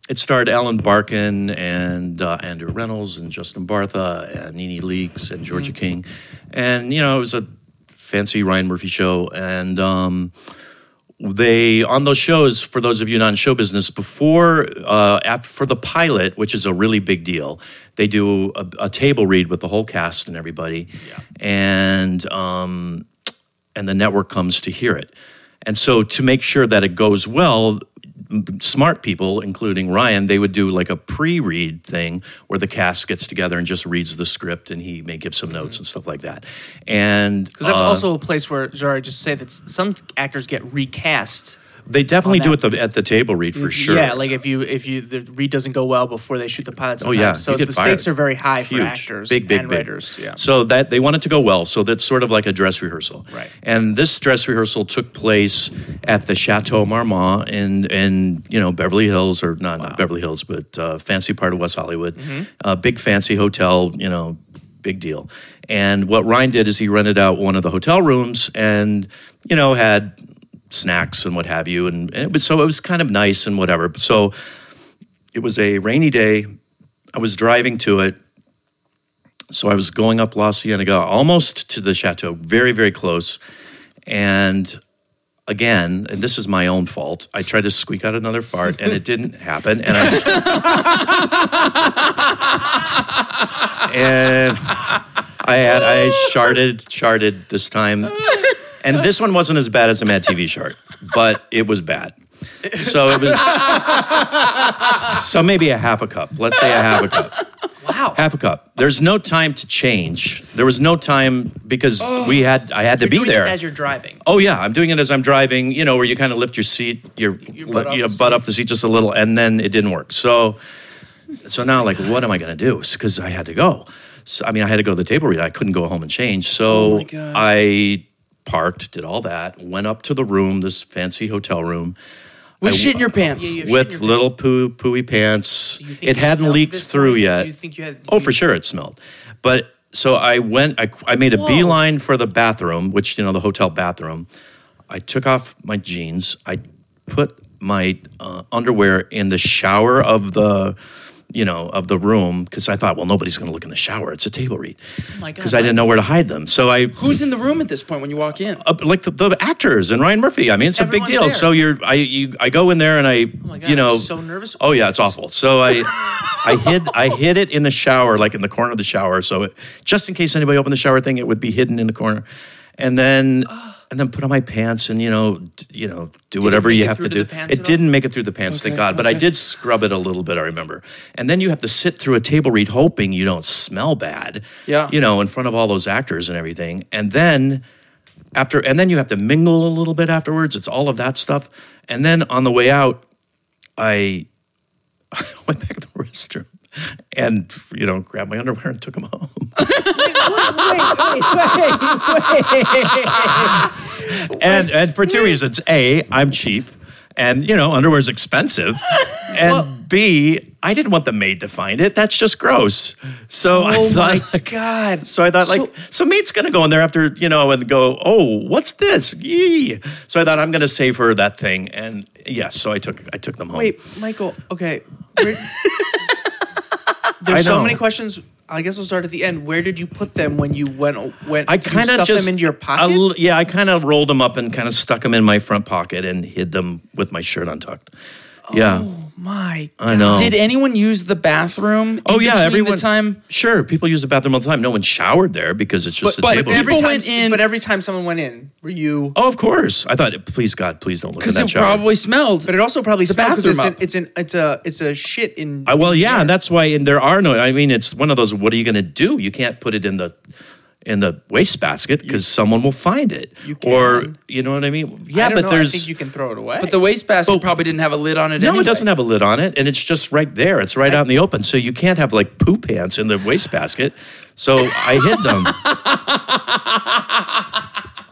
Speaker 1: it starred Alan Barkin and uh, Andrew Reynolds and Justin Bartha and Nene Leakes and Georgia King, and you know it was a fancy Ryan Murphy show, and. Um, they on those shows for those of you not in show business before uh, after, for the pilot which is a really big deal they do a, a table read with the whole cast and everybody and um, and the network comes to hear it And so to make sure that it goes well, m- smart people, including Ryan, they would do like a pre-read thing where the cast gets together and just reads the script, and he may give some notes and stuff like that. And
Speaker 4: Mm-hmm. Because that's
Speaker 1: uh,
Speaker 4: also a place where, sorry, just say that s- some actors get recast.
Speaker 1: they definitely
Speaker 4: on
Speaker 1: do
Speaker 4: that. Mm-hmm.
Speaker 1: it the, at the table read for sure.
Speaker 4: Yeah, like if you if you the read doesn't go well before they shoot the pilot.
Speaker 1: Oh
Speaker 4: Sometimes.
Speaker 1: yeah,
Speaker 4: so
Speaker 1: you
Speaker 4: the
Speaker 1: get fired.
Speaker 4: stakes are very high for
Speaker 1: Huge.
Speaker 4: actors,
Speaker 1: big, big,
Speaker 4: and
Speaker 1: big.
Speaker 4: writers. Yeah.
Speaker 1: So that they want it to go well. So that's sort of like a dress rehearsal.
Speaker 4: Right.
Speaker 1: And this dress rehearsal took place at the Chateau Marmont in in you know Beverly Hills or not not Beverly Hills but uh, fancy part of West Hollywood,
Speaker 4: Mm-hmm.
Speaker 1: uh, big fancy hotel. You know, big deal. And what Ryan did is he rented out one of the hotel rooms and you know had snacks and what have you and, and it was, so it was kind of nice and whatever. So it was a rainy day. I was driving to it. So I was going up La Cienega, almost to the chateau, very, very close. And again, and this is my own fault, I tried to squeak out another fart and it didn't happen. And I. (laughs) and I had, I sharded, sharded this time. And this one wasn't as bad as a Mad TV shard, but it was bad. So it was. So maybe a half a cup. Let's say a half a cup. Wow. Half a cup. There's no time to change. There was no time because we had I had to be
Speaker 4: Doing
Speaker 1: there.
Speaker 4: this as Oh. you're driving.
Speaker 1: Oh yeah, I'm doing it as I'm driving. You know, where you kind of lift your seat, your, your
Speaker 4: butt
Speaker 1: butt,
Speaker 4: off
Speaker 1: you know,
Speaker 4: the seat.
Speaker 1: butt off the seat just a little, and then it didn't work. So, so now like, what am I going to do? Because I had to go. So I mean, I had to go to the table read. I couldn't go home and change.
Speaker 4: Oh
Speaker 1: So I parked, did all that, went up to the room, this fancy hotel room
Speaker 5: With shit in your pants.
Speaker 4: Yeah, yeah. shit in your
Speaker 1: with little poo pooey pants.
Speaker 4: Do you think
Speaker 1: It
Speaker 4: you
Speaker 1: hadn't
Speaker 4: smelled
Speaker 1: leaked
Speaker 4: this
Speaker 1: through
Speaker 4: time?
Speaker 1: yet.
Speaker 4: Do you think you had?
Speaker 1: Oh, for sure, it smelled. But so I went. I, I made a beeline for the bathroom, which you know the hotel bathroom. I took off my jeans. I put my uh, underwear in the shower of the, you know, of the room because I thought, well, nobody's going to look in the shower. It's a table read.
Speaker 4: Oh
Speaker 5: my God,
Speaker 1: Because I didn't know where to hide them. So I
Speaker 5: Who's in the room at this point when you walk in?
Speaker 1: uh, like the, the actors and Ryan Murphy. I mean, it's a
Speaker 4: Everyone's
Speaker 1: big deal.
Speaker 4: there. Oh
Speaker 1: So you're, I, you, I go in there and I,
Speaker 4: my God,
Speaker 1: you know,
Speaker 4: I'm so nervous.
Speaker 1: Oh yeah, it's awful. So
Speaker 4: (laughs)
Speaker 1: I, I hid, I hid it in the shower, like in the corner of the shower. So it, just in case anybody opened the shower thing, it would be hidden in the corner.
Speaker 4: (gasps)
Speaker 1: And then, and then put on my pants and you know, d- you know, do whatever
Speaker 4: make
Speaker 1: you
Speaker 4: it
Speaker 1: have
Speaker 4: through
Speaker 1: to
Speaker 4: to the
Speaker 1: do.
Speaker 4: pants at
Speaker 1: it
Speaker 4: all?
Speaker 1: didn't make it through the pants, thank
Speaker 5: Okay,
Speaker 1: God. But I
Speaker 5: okay.
Speaker 1: did scrub it a little bit. I remember. And then you have to sit through a table read, hoping you don't smell bad.
Speaker 5: Yeah.
Speaker 1: You know, in front of all those actors and everything. And then after and then you have to mingle a little bit afterwards it's all of that stuff and then on the way out i i (laughs) went back to the restroom and you know grabbed my underwear and took them home (laughs) and and for two reasons a i'm cheap and you know underwear is expensive and b i didn't want the maid to find it that's just gross so i
Speaker 5: Oh my
Speaker 1: thought
Speaker 5: God.
Speaker 1: so I thought, like,
Speaker 5: So-
Speaker 1: so mate's gonna go in there after you know and go, oh, what's this? Yee. So I thought I'm gonna save her that thing, and yes, so I took I took them home.
Speaker 4: Wait, Michael. Okay.
Speaker 1: (laughs)
Speaker 4: Where- There's
Speaker 1: I
Speaker 4: so
Speaker 1: know.
Speaker 4: many questions. I guess we'll start at the end. Where did you put them when you went? Went.
Speaker 1: I
Speaker 4: did you
Speaker 1: kind of
Speaker 4: stuff
Speaker 1: just
Speaker 4: them into your
Speaker 1: I
Speaker 4: pocket.
Speaker 1: l- yeah, I kind of rolled them up and kind of stuck them in my front pocket and hid them with my shirt untucked. Yeah,
Speaker 4: Oh. My.
Speaker 1: I know.
Speaker 5: Did anyone use the bathroom? in
Speaker 1: oh yeah,
Speaker 5: between
Speaker 1: everyone.
Speaker 5: The time
Speaker 1: Sure, people use the bathroom all the time. No one showered there because it's just
Speaker 5: But- but
Speaker 1: a table.
Speaker 5: every-
Speaker 4: Every
Speaker 5: People
Speaker 4: time,
Speaker 5: went in-
Speaker 4: but every time someone went in, were you?
Speaker 1: oh, of course. I thought, please God, please don't look at
Speaker 5: because
Speaker 1: that
Speaker 5: it
Speaker 1: shower.
Speaker 5: probably smelled.
Speaker 4: But it also probably smells because it's,
Speaker 5: bathroom
Speaker 4: an-
Speaker 5: up.
Speaker 4: it's an it's a it's a shit in.
Speaker 1: I, well, yeah, and that's why. And there are no. I mean, it's one of those. What are you going to do? You can't put it in the in the wastebasket because someone will find it.
Speaker 4: You
Speaker 1: Or
Speaker 4: can.
Speaker 1: you know what I mean?
Speaker 4: I
Speaker 1: Yeah,
Speaker 4: don't
Speaker 1: but
Speaker 4: know,
Speaker 1: there's
Speaker 4: I think you can throw it away.
Speaker 5: But the wastebasket probably didn't have a lid on it.
Speaker 1: Oh. no.
Speaker 5: anyway.
Speaker 1: It doesn't have a lid on it, and it's just right there. It's right out in the open, so you can't have like poo pants in the wastebasket. So I hid
Speaker 4: (laughs)
Speaker 1: them.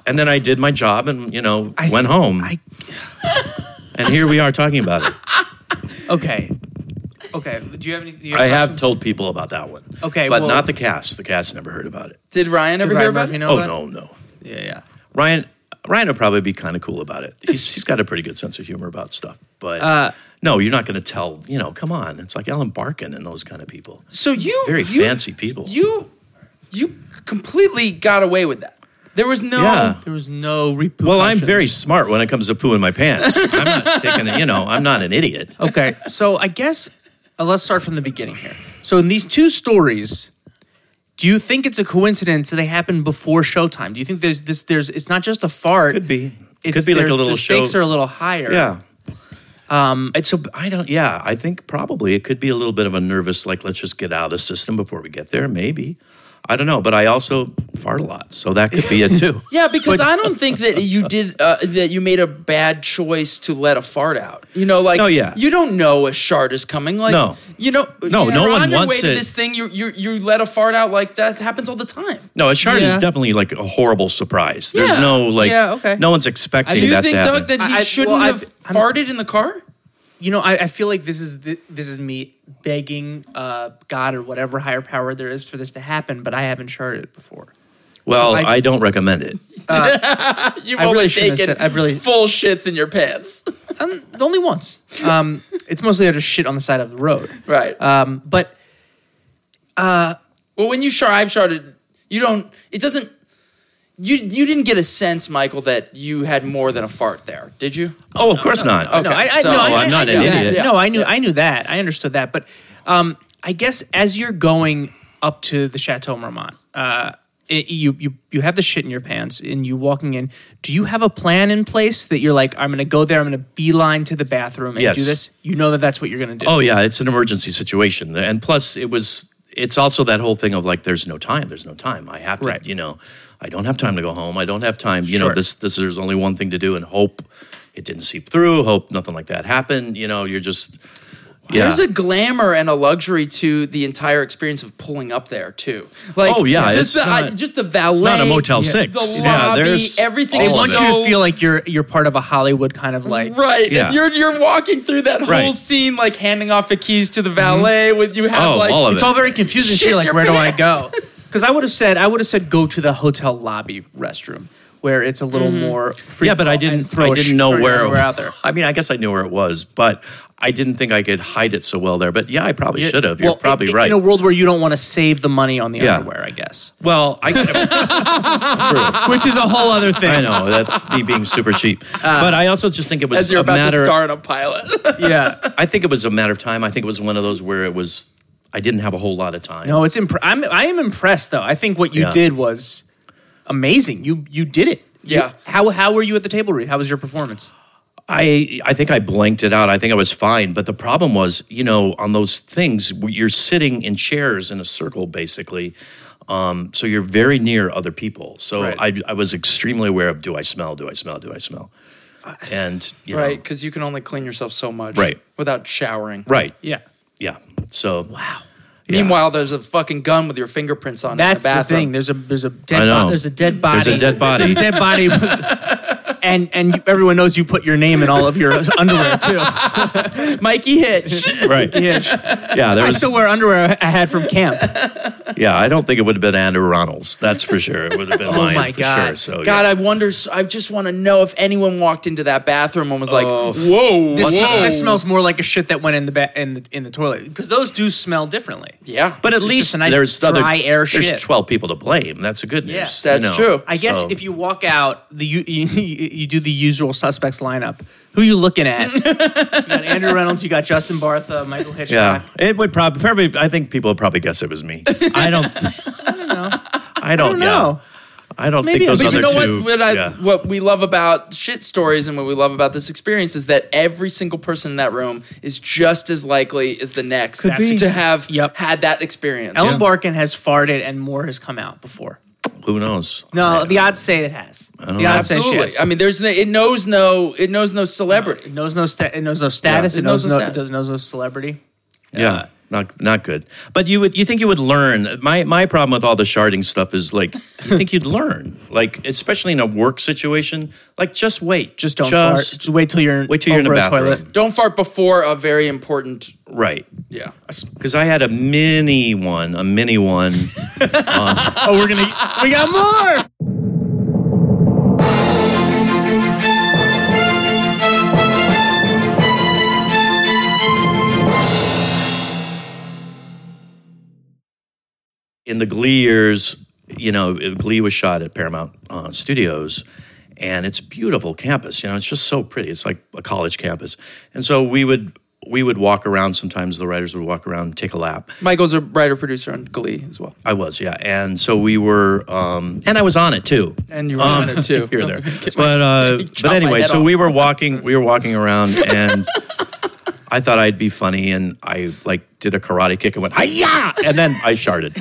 Speaker 1: And then I did my job and, you know, went home.
Speaker 4: I-
Speaker 1: and here we are talking about
Speaker 4: (laughs)
Speaker 1: it.
Speaker 4: okay. Okay. Do you have any? Do you
Speaker 1: I have
Speaker 4: questions?
Speaker 1: told people about that one.
Speaker 4: Okay,
Speaker 1: But
Speaker 4: well-
Speaker 1: not the cast. The cast never heard about it.
Speaker 5: Did Ryan ever
Speaker 4: Did
Speaker 5: hear
Speaker 4: Ryan
Speaker 5: about
Speaker 4: Murphy
Speaker 5: it?
Speaker 4: know
Speaker 1: Oh,
Speaker 4: that?
Speaker 1: no, no.
Speaker 4: Yeah, yeah.
Speaker 1: Ryan Ryan will probably be kind of cool about it. He's he's got a pretty good sense of humor about stuff. But
Speaker 4: Uh,
Speaker 1: no, you're not going to tell. You know, come on. It's like Alan Barkin and those kind of people.
Speaker 5: So you
Speaker 1: Very
Speaker 5: you-
Speaker 1: fancy people.
Speaker 5: You you completely got away with that. There was no.
Speaker 1: Yeah.
Speaker 4: There was no repercussions.
Speaker 1: Well, I'm very smart when it comes to poo in my pants. I'm not taking. a- You know, I'm not an idiot.
Speaker 4: Okay, so I guess uh, let's start from the beginning here. So in these two stories, do you think it's a coincidence that they happened before showtime? Do you think there's this? There's it's not just a fart.
Speaker 1: Could be.
Speaker 4: it's,
Speaker 1: be like a
Speaker 4: there's-
Speaker 1: little
Speaker 4: the stakes
Speaker 1: show-
Speaker 4: are a little higher.
Speaker 1: Yeah. Um, it's a, I don't, yeah, I think probably it could be a little bit of a nervous, like, let's just get out of the system before we get there, maybe. I don't know, but I also fart a lot, so that could be it too.
Speaker 5: Yeah, because I don't think that you did uh, that. You made a bad choice to let a fart out. You know, like
Speaker 1: No, yeah.
Speaker 5: you don't know a shard is coming. Like
Speaker 1: No.
Speaker 5: you know,
Speaker 1: No,
Speaker 5: you're
Speaker 1: no
Speaker 5: on
Speaker 1: one
Speaker 5: your
Speaker 1: wants
Speaker 5: way to
Speaker 1: it.
Speaker 5: this thing. You you you let a fart out like that happens all the time.
Speaker 1: No, a shard is
Speaker 4: Yeah.
Speaker 1: definitely like a horrible surprise. There's
Speaker 5: Yeah.
Speaker 1: no like,
Speaker 4: Yeah, okay.
Speaker 1: no one's expecting
Speaker 5: Do you
Speaker 1: that
Speaker 5: think,
Speaker 1: to happen.
Speaker 5: Doug, that he
Speaker 4: I- I-
Speaker 5: shouldn't
Speaker 4: well, I-
Speaker 5: have
Speaker 4: I'm-
Speaker 5: farted in the car?
Speaker 4: You know, I, I feel like this is the, this is me begging uh, God or whatever higher power there is for this to happen, but I haven't charted it before.
Speaker 1: well,
Speaker 4: I-
Speaker 1: I, don't recommend it.
Speaker 5: You've
Speaker 4: I
Speaker 5: only
Speaker 4: really shouldn't have
Speaker 5: taken
Speaker 4: said- I really-
Speaker 5: full shits in your
Speaker 4: (laughs)
Speaker 5: pants.
Speaker 4: Um, only once. Um, it's mostly I just shit on the side of the road.
Speaker 5: right.
Speaker 4: Um, but
Speaker 5: Well, when you shard, I've sharded. You don't. It doesn't. You you didn't get a sense, Michael, that you had more than a fart there, did you?
Speaker 1: Oh, of course not.
Speaker 5: Okay.
Speaker 4: no, I, I,
Speaker 5: so-
Speaker 4: no, I,
Speaker 5: Oh,
Speaker 1: I'm not
Speaker 4: I,
Speaker 1: an
Speaker 4: I knew that.
Speaker 1: idiot.
Speaker 4: No, I knew, I knew that. I understood that. But um, I guess as you're going up to the Chateau Marmont, uh, it, you you you have the shit in your pants, and you walking in. Do you have a plan in place that you're like, I'm going to go there, I'm going to beeline to the bathroom and
Speaker 1: Yes.
Speaker 4: do this? You know that that's what you're going to do.
Speaker 1: Oh yeah, it's an emergency situation, and plus it was. It's also that whole thing of like, there's no time. There's no time. I have to,
Speaker 4: Right.
Speaker 1: you know, I don't have time to go home. I don't have time. You
Speaker 4: Sure.
Speaker 1: know, this this there's only one thing to do, and hope it didn't seep through. Hope nothing like that happened. You know, you're just yeah.
Speaker 5: There's a glamour and a luxury to the entire experience of pulling up there too. Like,
Speaker 1: Oh, yeah,
Speaker 5: just
Speaker 1: it's
Speaker 5: the
Speaker 1: not-
Speaker 5: I- just the valet.
Speaker 1: it's not a Motel Six.
Speaker 5: The
Speaker 1: Yeah,
Speaker 5: lobby,
Speaker 1: there's
Speaker 5: everything.
Speaker 1: all
Speaker 4: they
Speaker 5: is
Speaker 1: of
Speaker 4: want
Speaker 1: it.
Speaker 5: so,
Speaker 4: you to feel like you're you're part of a Hollywood kind of like
Speaker 5: right.
Speaker 1: Yeah.
Speaker 5: And you're you're walking through that whole
Speaker 1: Right. Mm-hmm.
Speaker 5: scene, like handing off the keys to the valet. With you have
Speaker 1: Oh,
Speaker 5: like
Speaker 1: all of
Speaker 4: it's
Speaker 1: it.
Speaker 4: all very confusing. So
Speaker 5: Shit
Speaker 4: you're like,
Speaker 5: your
Speaker 4: where
Speaker 5: pants.
Speaker 4: do I go? Because I would have said, I would have said, go to the hotel lobby restroom where it's a little more. Free
Speaker 1: yeah, but I
Speaker 4: fall
Speaker 1: didn't.
Speaker 4: and throw
Speaker 1: I
Speaker 4: a sh-
Speaker 1: didn't know
Speaker 4: throw your
Speaker 1: where
Speaker 4: underwear out there.
Speaker 1: I mean, I guess I knew where it was, but I didn't think I could hide it so well there. But yeah, I probably should have. You're
Speaker 4: Well,
Speaker 1: probably
Speaker 4: i- i-
Speaker 1: right.
Speaker 4: In a world where you don't want to save the money on the
Speaker 1: Yeah.
Speaker 4: underwear, I guess. (laughs)
Speaker 1: well,
Speaker 5: (laughs)
Speaker 1: I could have.
Speaker 4: Which is a whole other thing.
Speaker 1: I know that's me being super cheap, but I also just think it was
Speaker 5: Uh, as you're
Speaker 1: a
Speaker 5: about
Speaker 1: matter.
Speaker 5: to start a
Speaker 1: (laughs)
Speaker 5: pilot.
Speaker 4: Yeah.
Speaker 1: I think it was a matter of time. I think it was one of those where it was I didn't have a whole lot of time.
Speaker 4: No, it's impre- I'm I am impressed though. I think what you
Speaker 1: Yeah.
Speaker 4: did was amazing. You you did it. You-
Speaker 5: Yeah.
Speaker 4: how how were you at the table read? How was your performance?
Speaker 1: I I think I blanked it out. I think I was fine, but the problem was, you know, on those things where you're sitting in chairs in a circle basically. Um, so you're very near other people. So
Speaker 4: Right.
Speaker 1: I I was extremely aware of do I smell? Do I smell? Do I smell? And you know,
Speaker 5: Right, because you can only clean yourself so much.
Speaker 1: Right.
Speaker 5: Without showering.
Speaker 1: right,
Speaker 4: Yeah.
Speaker 1: yeah. So wow,
Speaker 5: Meanwhile, there's a fucking gun with your fingerprints on
Speaker 4: That's
Speaker 5: it in the
Speaker 4: the,
Speaker 5: bathroom.
Speaker 4: thing. There's a there's a
Speaker 1: I
Speaker 4: dead
Speaker 1: know.
Speaker 4: bo- there's a dead body.
Speaker 1: There's a dead body.
Speaker 4: There's a dead body.
Speaker 1: (laughs)
Speaker 4: and and you- everyone knows you put your name in all of your underwear too.
Speaker 5: Mikey
Speaker 1: (laughs)
Speaker 5: Hitch.
Speaker 1: right, yeah.
Speaker 4: Yeah.
Speaker 1: there
Speaker 4: I
Speaker 1: was,
Speaker 4: still wear underwear I had from camp.
Speaker 1: yeah. I don't think it would have been Andrew Ronalds. That's for sure. It would have been oh mine
Speaker 4: my
Speaker 1: for
Speaker 4: God.
Speaker 1: sure. So
Speaker 5: God,
Speaker 1: yeah.
Speaker 5: I wonder. I just want to know if anyone walked into that bathroom and was like,
Speaker 1: Oh, whoa,
Speaker 4: This, this smells more like a shit that went in the ba- in the in the toilet because those do smell differently.
Speaker 5: "Yeah."
Speaker 1: But at
Speaker 4: just
Speaker 1: least
Speaker 4: a nice
Speaker 1: there's other-
Speaker 4: dry air
Speaker 1: There's
Speaker 4: shit.
Speaker 1: twelve people to blame. That's a good news.
Speaker 4: Yeah,
Speaker 5: that's true.
Speaker 4: I guess
Speaker 1: so-
Speaker 4: if you walk out, the you, (laughs) you, you do the usual suspects lineup. Who you looking at? you got Andrew Reynolds, you got Justin Bartha, Michael Hitchcock.
Speaker 1: yeah, it would probably probably. I think people would probably guess it was me. I don't.
Speaker 4: (laughs)
Speaker 1: I don't know.
Speaker 4: I
Speaker 1: I don't,
Speaker 4: don't
Speaker 1: yeah.
Speaker 4: know.
Speaker 1: I don't
Speaker 4: Maybe
Speaker 1: think those
Speaker 4: I-
Speaker 5: But
Speaker 1: other
Speaker 5: you know
Speaker 1: two.
Speaker 5: what? What, I,
Speaker 1: yeah.
Speaker 5: what we love about shit stories and what we love about this experience is that every single person in that room is just as likely as the next
Speaker 4: be.
Speaker 5: to have
Speaker 4: Yep.
Speaker 5: had that experience.
Speaker 4: Ellen Barkin has farted and more has come out before.
Speaker 1: Who knows? I
Speaker 4: No,
Speaker 1: don't-
Speaker 4: the odds say it has. The odds say she
Speaker 5: Absolutely.
Speaker 4: has.
Speaker 5: I mean, there's no, it knows no it knows no celebrity.
Speaker 4: It knows no sta- it knows no status.
Speaker 5: Yeah,
Speaker 4: it, knows, no
Speaker 5: status.
Speaker 4: it knows no celebrity.
Speaker 1: yeah. Uh, Not, not good. But you would you think you would learn? My my problem with all the sharding stuff is like you think you'd (laughs) learn, like especially in a work situation. Like just wait,
Speaker 4: Just don't fart.
Speaker 1: just
Speaker 4: Just wait till you're
Speaker 1: wait till you're in
Speaker 4: over
Speaker 1: the
Speaker 4: a toilet.
Speaker 1: bathroom,
Speaker 5: Don't fart before a very important.
Speaker 1: right?
Speaker 5: Yeah.
Speaker 1: Because I had a mini one, a
Speaker 4: (laughs)
Speaker 1: mini one.
Speaker 4: Oh, we're gonna we got more.
Speaker 1: in the Glee years, you know, Glee was shot at Paramount uh, Studios, and it's a beautiful campus. You know, it's just so pretty. It's like a college campus, and so we would we would walk around. Sometimes the writers would walk around, take a lap.
Speaker 5: Michael's a writer producer on Glee as well.
Speaker 1: I was, yeah, and so we were, um, and I was on it too.
Speaker 5: And you were on it
Speaker 1: (laughs)
Speaker 5: too.
Speaker 1: here or
Speaker 5: (laughs)
Speaker 1: Um, there. But uh,
Speaker 5: Chop
Speaker 1: but
Speaker 5: my
Speaker 1: anyway,
Speaker 5: head
Speaker 1: so
Speaker 5: off.
Speaker 1: we were walking we were walking around and I thought I'd be funny and I like did a karate kick and went hi and then
Speaker 5: (laughs)
Speaker 1: I sharted.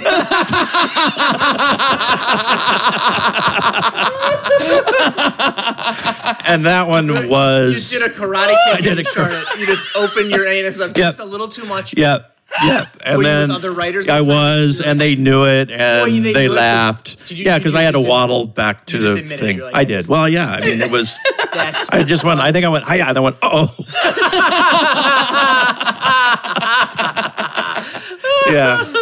Speaker 1: and that one
Speaker 4: You
Speaker 1: (laughs) was
Speaker 4: just did a
Speaker 1: (gasps)
Speaker 4: karate kick. I
Speaker 1: did a
Speaker 4: You just opened your anus up just
Speaker 1: Yeah.
Speaker 4: a little too much.
Speaker 1: yeah. Yeah,
Speaker 4: (laughs)
Speaker 1: and
Speaker 4: Were you with
Speaker 1: then
Speaker 4: other writers
Speaker 1: I
Speaker 4: at the time?
Speaker 1: was, and they knew it, and
Speaker 4: Well, you-
Speaker 1: they,
Speaker 4: they knew it 'cause-
Speaker 1: laughed.
Speaker 4: did you-
Speaker 1: yeah,
Speaker 4: did
Speaker 1: because
Speaker 4: you
Speaker 1: I had to
Speaker 4: just-
Speaker 1: waddle back to
Speaker 4: you just
Speaker 1: the
Speaker 4: admitted,
Speaker 1: thing.
Speaker 4: you're like,
Speaker 1: I did. Well, yeah, I mean, it was.
Speaker 4: That's
Speaker 1: I just went. I think I went. Hi, and I went. Oh. (laughs) yeah.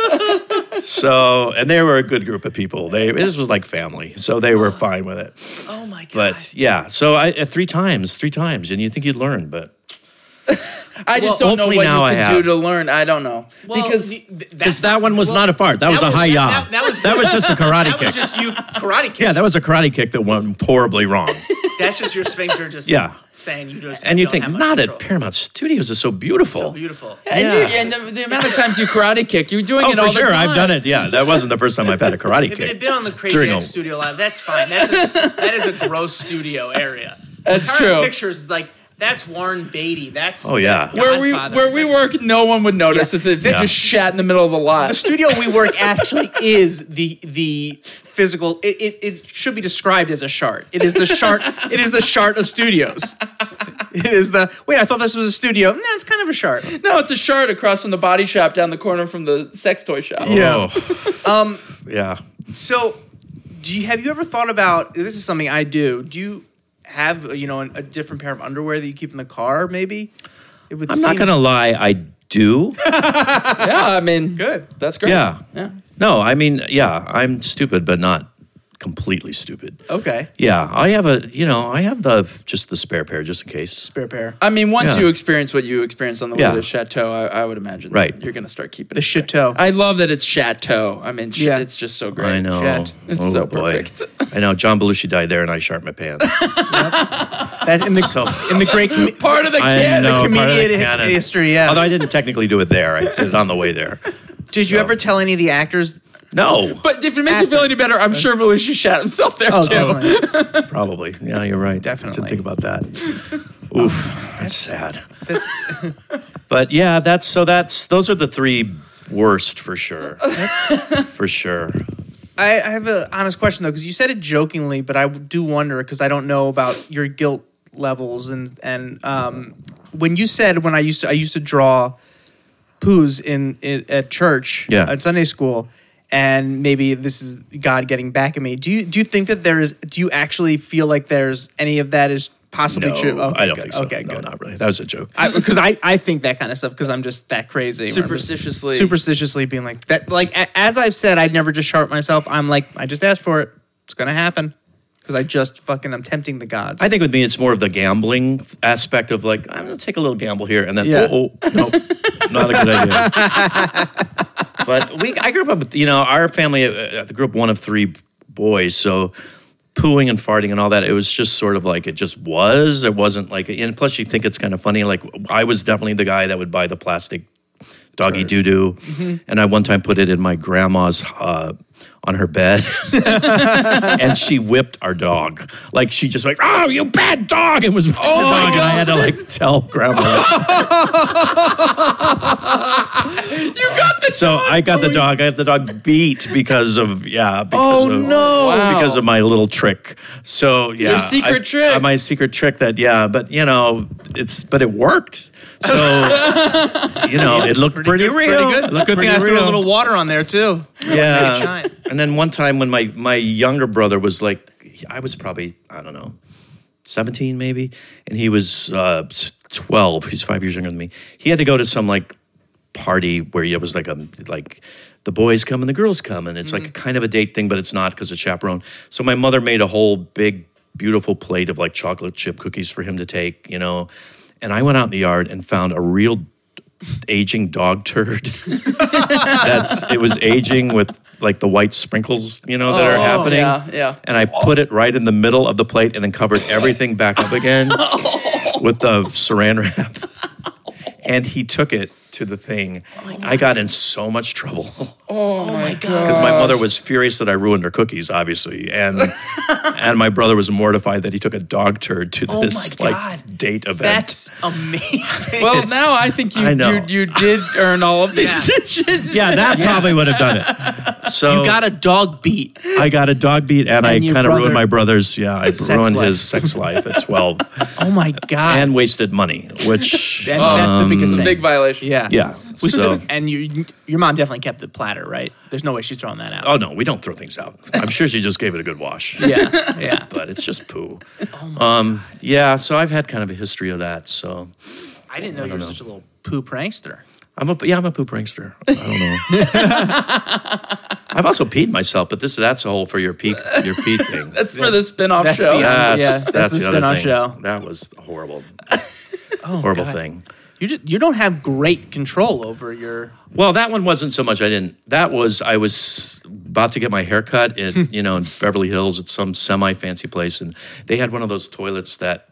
Speaker 1: So, and they were a good group of people. They this was like family, so they were fine with it.
Speaker 4: oh my god.
Speaker 1: But yeah, so I uh, three times, three times, and you think you'd learn, but
Speaker 5: I just
Speaker 1: Well,
Speaker 5: don't know
Speaker 1: hopefully
Speaker 5: what
Speaker 1: now I
Speaker 5: you can
Speaker 1: have.
Speaker 5: do to learn. I don't know because
Speaker 4: th- th-
Speaker 1: because that one was
Speaker 4: well,
Speaker 1: not a fart. That, was a high
Speaker 4: that-
Speaker 1: ya.
Speaker 4: That, that was
Speaker 1: (laughs) just a karate
Speaker 4: that
Speaker 1: kick.
Speaker 4: was just you karate kick.
Speaker 1: yeah, that was a karate kick that went horribly (laughs) wrong.
Speaker 4: That's just your sphincter just
Speaker 1: Yeah.
Speaker 4: saying you just
Speaker 1: and you
Speaker 4: don't
Speaker 1: think
Speaker 4: have much
Speaker 1: not at
Speaker 4: control."
Speaker 1: Paramount Studios is so beautiful.
Speaker 4: so beautiful.
Speaker 5: and,
Speaker 1: yeah.
Speaker 5: you, and the, the amount of times you karate kick, you're doing
Speaker 1: Oh,
Speaker 5: it all
Speaker 1: for sure,
Speaker 5: the time.
Speaker 1: I've done it. Yeah, that wasn't the first time (laughs) I've had a karate
Speaker 4: If
Speaker 1: kick.
Speaker 4: it had been on the Crazy
Speaker 1: During
Speaker 4: Ex
Speaker 1: a-
Speaker 4: Studio Live, that's fine. That's a, that is a gross studio area.
Speaker 5: That's
Speaker 4: Current
Speaker 5: true.
Speaker 4: Pictures is like that's Warren Beatty. That's
Speaker 1: Oh, yeah.
Speaker 4: that's
Speaker 5: Where we
Speaker 4: Godfather.
Speaker 5: where we
Speaker 4: That's-
Speaker 5: work, no one would notice if they if they
Speaker 1: Yeah.
Speaker 5: just shat in the middle of a lot.
Speaker 4: The studio we work actually is the the physical. It, it, it should be described as a shard. It is the shard. it is the shard of studios. It is the wait. I thought this was a studio. No, it's kind of a shard.
Speaker 5: (laughs) No, it's a shard across from the body shop down the corner from the sex toy shop.
Speaker 4: Yeah.
Speaker 1: (laughs) um. Yeah.
Speaker 4: So, do you have you ever thought about this? Is something I do. Do you have you know an, a different pair of underwear that you keep in the car? Maybe it would.
Speaker 1: I'm not
Speaker 4: seem-
Speaker 1: gonna lie. I (laughs) do.
Speaker 5: Yeah, I mean,
Speaker 4: Good.
Speaker 5: That's great.
Speaker 1: Yeah.
Speaker 5: yeah.
Speaker 1: No, I mean, yeah, I'm stupid, but not completely stupid.
Speaker 4: Okay.
Speaker 1: Yeah, I have a, you know, I have the just the spare pair just in case.
Speaker 4: Spare pair.
Speaker 5: I mean, once
Speaker 1: Yeah.
Speaker 5: you experience what you experienced on the way
Speaker 1: Yeah.
Speaker 5: to Chateau, I, I would imagine
Speaker 1: Right.
Speaker 5: that you're going to start keeping
Speaker 4: The
Speaker 5: it.
Speaker 4: shit toe.
Speaker 5: I love that it's Chateau. I mean, sh-
Speaker 4: Yeah.
Speaker 5: it's just so great.
Speaker 1: I know. Oh,
Speaker 4: Jet.
Speaker 5: It's so perfect.
Speaker 1: I know. John Belushi died there, and I sharp
Speaker 4: (laughs)
Speaker 1: my pants.
Speaker 4: That in the
Speaker 1: So-
Speaker 4: in the great com-
Speaker 5: Part of the
Speaker 1: I
Speaker 5: can.
Speaker 1: know. part of the
Speaker 4: comedian hi-
Speaker 1: canon.
Speaker 4: history. Yeah.
Speaker 1: Although I didn't technically do it there, I did it on the way there.
Speaker 4: Did you
Speaker 1: so-
Speaker 4: ever tell any of the actors?
Speaker 1: No,
Speaker 5: But if it makes you feel any better, I'm sure Belushi shot himself there
Speaker 4: Oh,
Speaker 5: too. (laughs)
Speaker 4: definitely.
Speaker 1: probably. Yeah, you're right.
Speaker 4: Definitely. Oh,
Speaker 1: Didn't think about
Speaker 4: (laughs)
Speaker 1: that. Oof, that's sad.
Speaker 4: That's,
Speaker 1: But yeah, that's so that's those are the three worst for
Speaker 4: (laughs)
Speaker 1: sure. for sure.
Speaker 4: I, I have an honest question though, because you said it jokingly, but I do wonder because I don't know about your guilt levels and and um, when you said when I used to I used to draw poos in, in at church
Speaker 1: Yeah.
Speaker 4: at Sunday school, and maybe this is God getting back at me. Do you do you think that there is? Do you actually feel like there's any of that is possibly
Speaker 1: No,
Speaker 4: true?
Speaker 1: I don't
Speaker 4: good.
Speaker 1: think so.
Speaker 4: Okay,
Speaker 1: no,
Speaker 4: good.
Speaker 1: not really. That was a joke.
Speaker 4: because I, I think that kind of stuff because I'm just that crazy. where I'm just
Speaker 5: Superstitiously.
Speaker 4: Superstitiously being like that. Like a, as I've said, I'd never just sharp myself. I'm like, I just asked for it. It's gonna happen because I just fucking I'm tempting the gods.
Speaker 1: I think with me, it's more of the gambling aspect of like, I'm going to take a little gamble here. And then,
Speaker 4: Yeah.
Speaker 1: oh, oh, no, not a good idea. (laughs) but we, I grew up, with, you know, our family uh, uh, grew up one of three boys. So pooing and farting and all that, it was just sort of like, it just was. It wasn't like, and plus you think it's kind of funny. Like I was definitely the guy that would buy the plastic doggy doo-doo.
Speaker 5: Mm-hmm.
Speaker 1: And I one time put it in my grandma's, uh, on
Speaker 5: (laughs)
Speaker 1: her bed. and she whipped our dog. Like she just like, oh, you bad dog! It was oh
Speaker 5: my
Speaker 1: dog, and I
Speaker 5: God.
Speaker 1: had to like tell grandma.
Speaker 5: (laughs) You got the
Speaker 1: so I got the dog. I had the dog beat because of yeah. Because
Speaker 4: Oh,
Speaker 1: of,
Speaker 4: no.
Speaker 5: Wow.
Speaker 1: Because of my little trick. So yeah,
Speaker 5: Your secret
Speaker 1: I-
Speaker 5: trick.
Speaker 1: uh, my secret trick that yeah, but you know it's but it worked.
Speaker 5: (laughs)
Speaker 1: So you know it looked pretty,
Speaker 4: good,
Speaker 1: real.
Speaker 4: Pretty good.
Speaker 1: It looked
Speaker 4: good thing
Speaker 1: pretty
Speaker 4: I threw a
Speaker 1: real.
Speaker 4: little water on there too. Pretty
Speaker 1: Yeah.
Speaker 4: giant.
Speaker 1: And then one time when my my younger brother was like, I was probably I don't know, seventeen maybe, and he was uh, s- twelve. He's five years younger than me. He had to go to some like party where it was like a like the boys come and the girls come, and it's
Speaker 5: Mm-hmm.
Speaker 1: like kind of a date thing, but it's not because it's chaperone. So my mother made a whole big beautiful plate of like chocolate chip cookies for him to take, you know. And I went out in the yard and found a real aging dog turd. (laughs) That's it was aging with like the white sprinkles, you know, that are
Speaker 5: Oh,
Speaker 1: happening.
Speaker 5: yeah, yeah.
Speaker 1: And I put it right in the middle of the
Speaker 5: (laughs)
Speaker 1: plate
Speaker 5: Oh.
Speaker 1: and then covered everything back up again with the saran wrap. and he took it to the thing. I got in so much trouble.
Speaker 5: Oh my god.
Speaker 1: because my mother was furious that I ruined her cookies, obviously, and (laughs) and my brother was mortified that he took a dog turd to
Speaker 4: Oh
Speaker 1: this
Speaker 4: my
Speaker 1: like
Speaker 4: God.
Speaker 1: date event.
Speaker 4: That's amazing.
Speaker 5: Well, now I think you
Speaker 1: I know.
Speaker 5: you, you did earn all of these shits.
Speaker 1: yeah, that probably would have done it. So
Speaker 4: you got a dog beat.
Speaker 1: I got a dog beat, and, I
Speaker 4: And your
Speaker 1: kind of ruined
Speaker 4: brother-
Speaker 1: my brother's. Yeah, I
Speaker 4: Sex
Speaker 1: ruined
Speaker 4: life.
Speaker 1: his sex life (laughs) at twelve,
Speaker 4: Oh my god.
Speaker 1: and wasted money, which
Speaker 4: And that's the biggest thing.
Speaker 5: (laughs) um, Big violation.
Speaker 4: yeah.
Speaker 1: yeah.
Speaker 4: We
Speaker 1: So,
Speaker 4: said- and you, your mom definitely kept the platter, right? There's no way she's throwing that out.
Speaker 1: oh no, we don't throw things out. I'm sure she just gave it a good wash.
Speaker 4: Yeah, yeah.
Speaker 1: But it's just poo.
Speaker 4: (laughs) Oh
Speaker 1: um, yeah, so I've had kind of a history of that. So
Speaker 4: I didn't know you were such a little poo prankster.
Speaker 1: I'm a yeah, I'm a poop prankster. I don't know.
Speaker 4: (laughs)
Speaker 1: I've also peed myself, but this that's a whole for your pee your pee thing.
Speaker 5: That's for the spin-off
Speaker 4: That's
Speaker 5: show.
Speaker 4: the, uh,
Speaker 1: that's,
Speaker 4: Yeah, that's the
Speaker 1: the
Speaker 4: spin-off
Speaker 1: other thing.
Speaker 4: show. Oh,
Speaker 1: That was
Speaker 4: (laughs)
Speaker 1: horrible, horrible
Speaker 4: God.
Speaker 1: thing.
Speaker 4: You just you don't have great control over your.
Speaker 1: Well, that one wasn't so much. I didn't. That was I was about to get my hair cut
Speaker 4: Hmm.
Speaker 1: in you know in Beverly Hills at some semi fancy place, and they had one of those toilets that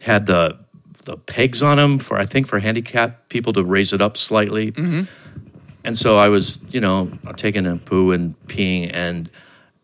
Speaker 1: had the the pegs on them for I think for handicapped people to raise it up slightly.
Speaker 4: Mm-hmm.
Speaker 1: And so I was you know taking a poo and peeing and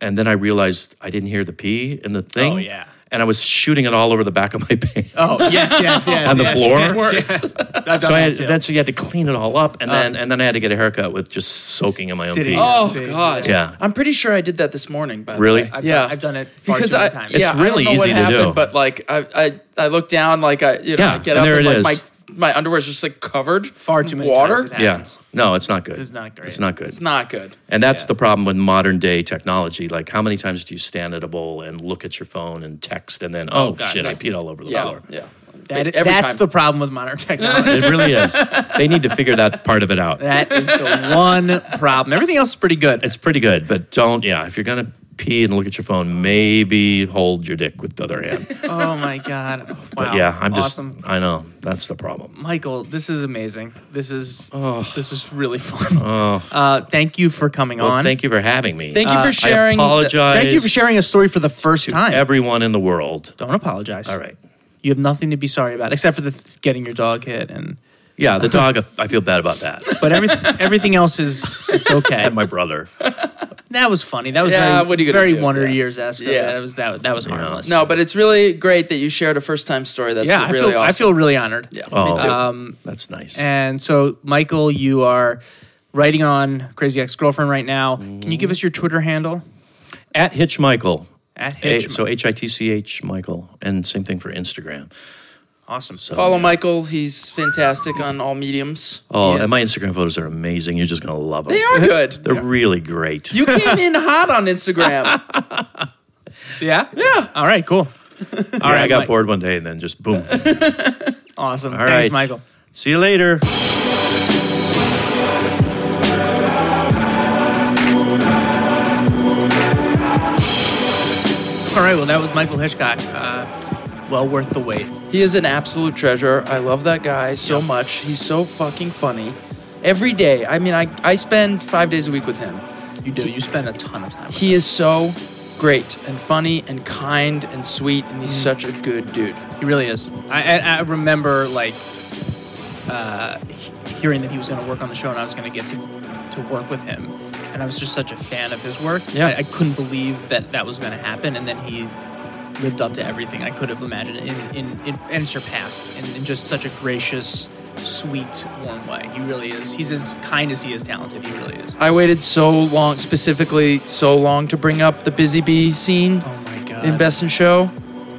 Speaker 1: and then I realized I didn't hear the pee in the thing.
Speaker 4: Oh, yeah.
Speaker 1: And I was shooting it all over the back of my (laughs) pants
Speaker 4: Oh yes,
Speaker 1: (laughs)
Speaker 4: yes, yes.
Speaker 1: on the
Speaker 4: yes,
Speaker 1: floor.
Speaker 4: yes, yes. I've done
Speaker 1: So
Speaker 4: that
Speaker 1: I had,
Speaker 4: too. Uh,
Speaker 1: then so you had to clean it all up, and then and then I had to get a haircut with just soaking in my own
Speaker 4: Sitting.
Speaker 1: pee.
Speaker 4: Oh,
Speaker 5: Oh
Speaker 4: Big,
Speaker 5: god.
Speaker 1: yeah.
Speaker 5: I'm pretty sure I did that this morning. By the
Speaker 1: Really?
Speaker 5: way.
Speaker 1: I've
Speaker 4: done-
Speaker 5: yeah.
Speaker 4: I've done it far
Speaker 5: because
Speaker 4: too many
Speaker 5: I.
Speaker 4: times.
Speaker 5: Yeah,
Speaker 1: It's
Speaker 5: I don't
Speaker 1: really
Speaker 5: know what
Speaker 1: easy to do.
Speaker 5: happened, But like I, I I look down like I you know
Speaker 1: Yeah,
Speaker 5: I get
Speaker 1: and
Speaker 5: up
Speaker 1: there
Speaker 5: and
Speaker 1: it
Speaker 5: like
Speaker 1: is.
Speaker 5: my my underwear's just like covered
Speaker 4: far
Speaker 5: in
Speaker 4: too many
Speaker 5: water.
Speaker 4: Times it
Speaker 1: yeah.
Speaker 4: happens.
Speaker 1: No, it's not good.
Speaker 4: is not great.
Speaker 1: It's not good.
Speaker 5: It's not good.
Speaker 1: and that's the problem with modern day technology. Like, how many times do you stand at a bowl and look at your phone and text, and then oh, shit, I peed all over the
Speaker 5: Yeah.
Speaker 1: floor.
Speaker 5: Yeah.
Speaker 4: That,
Speaker 5: Every
Speaker 4: that's
Speaker 5: time.
Speaker 4: the problem with modern technology.
Speaker 1: It really is. They need to figure that part of it out.
Speaker 4: that is the one problem. Everything else is pretty good.
Speaker 1: (laughs) It's pretty good, but don't. Yeah, if you're gonna pee and look at your phone, maybe hold your dick with the other hand.
Speaker 4: oh my god. Wow.
Speaker 1: But yeah, I'm just.
Speaker 4: awesome.
Speaker 1: I know that's the problem.
Speaker 4: Michael, this is amazing. This is this is really fun. Uh, thank you for coming
Speaker 1: Well,
Speaker 4: on.
Speaker 1: thank you for having me.
Speaker 5: Thank you
Speaker 4: Uh,
Speaker 5: for sharing.
Speaker 1: I
Speaker 5: the-
Speaker 1: apologize.
Speaker 4: Thank you for sharing a story for the first
Speaker 1: to
Speaker 4: time.
Speaker 1: everyone in the world.
Speaker 4: Don't apologize.
Speaker 1: All right.
Speaker 4: You have nothing to be sorry about except for the th- getting your dog hit and
Speaker 1: Yeah, the dog. I feel bad about that.
Speaker 4: but everything everything else is is
Speaker 1: (laughs)
Speaker 4: okay.
Speaker 1: And my brother.
Speaker 4: that was funny. That was
Speaker 5: Yeah,
Speaker 4: very,
Speaker 5: what are you gonna
Speaker 4: very
Speaker 5: do?
Speaker 4: Wonder
Speaker 5: Yeah.
Speaker 4: Years esque.
Speaker 5: Yeah.
Speaker 4: That was that, that was harmless.
Speaker 5: No, but it's really great that you shared a first time story. That's
Speaker 4: yeah, I
Speaker 5: really
Speaker 4: feel I
Speaker 5: awesome.
Speaker 4: feel really honored.
Speaker 5: yeah,
Speaker 1: Oh,
Speaker 5: me too.
Speaker 4: Um,
Speaker 1: that's nice.
Speaker 4: and so Michael, you are writing on Crazy Ex Girlfriend right now. Can you give us your Twitter handle?
Speaker 1: At Hitch Michael.
Speaker 4: At
Speaker 1: A-
Speaker 4: Hitch.
Speaker 1: so H I T C H Michael, and same thing for Instagram.
Speaker 4: awesome.
Speaker 1: So,
Speaker 5: Follow
Speaker 1: yeah.
Speaker 5: Michael. He's fantastic on all mediums.
Speaker 1: Oh,
Speaker 4: Yes.
Speaker 1: and my Instagram photos are amazing. You're just gonna love them.
Speaker 5: They are good.
Speaker 1: They're really great.
Speaker 5: you came in hot on Instagram.
Speaker 4: Yeah. Yeah. All right. Cool.
Speaker 1: All right, I got
Speaker 4: Mike.
Speaker 1: bored one day and then just boom. All right,
Speaker 4: (laughs) Awesome. Thanks, Michael.
Speaker 1: See you later.
Speaker 4: All right. Well, that was Michael Hitchcock. Uh, well worth the wait.
Speaker 5: He is an absolute treasure. I love that guy so much. He's so fucking funny. Every day. I mean, I, I spend five days a week with him.
Speaker 4: You do. You spend a ton of time. With
Speaker 5: He is so great and funny and kind and sweet, and he's such a good dude.
Speaker 4: He really is. I, I, I remember like uh, he- hearing that he was going to work on the show, and I was going to get to to work with him. And I was just such a fan of his work.
Speaker 5: Yeah.
Speaker 4: I, I couldn't believe that that was going to happen. And then he lived up to everything I could have imagined, in, in, in, and surpassed, in, in just such a gracious, sweet, warm way. He really is. He's as kind as he is talented. He really is.
Speaker 5: I waited so long, specifically so long, to bring up the Busy Bee scene
Speaker 4: Oh my god.
Speaker 5: in Best in Show,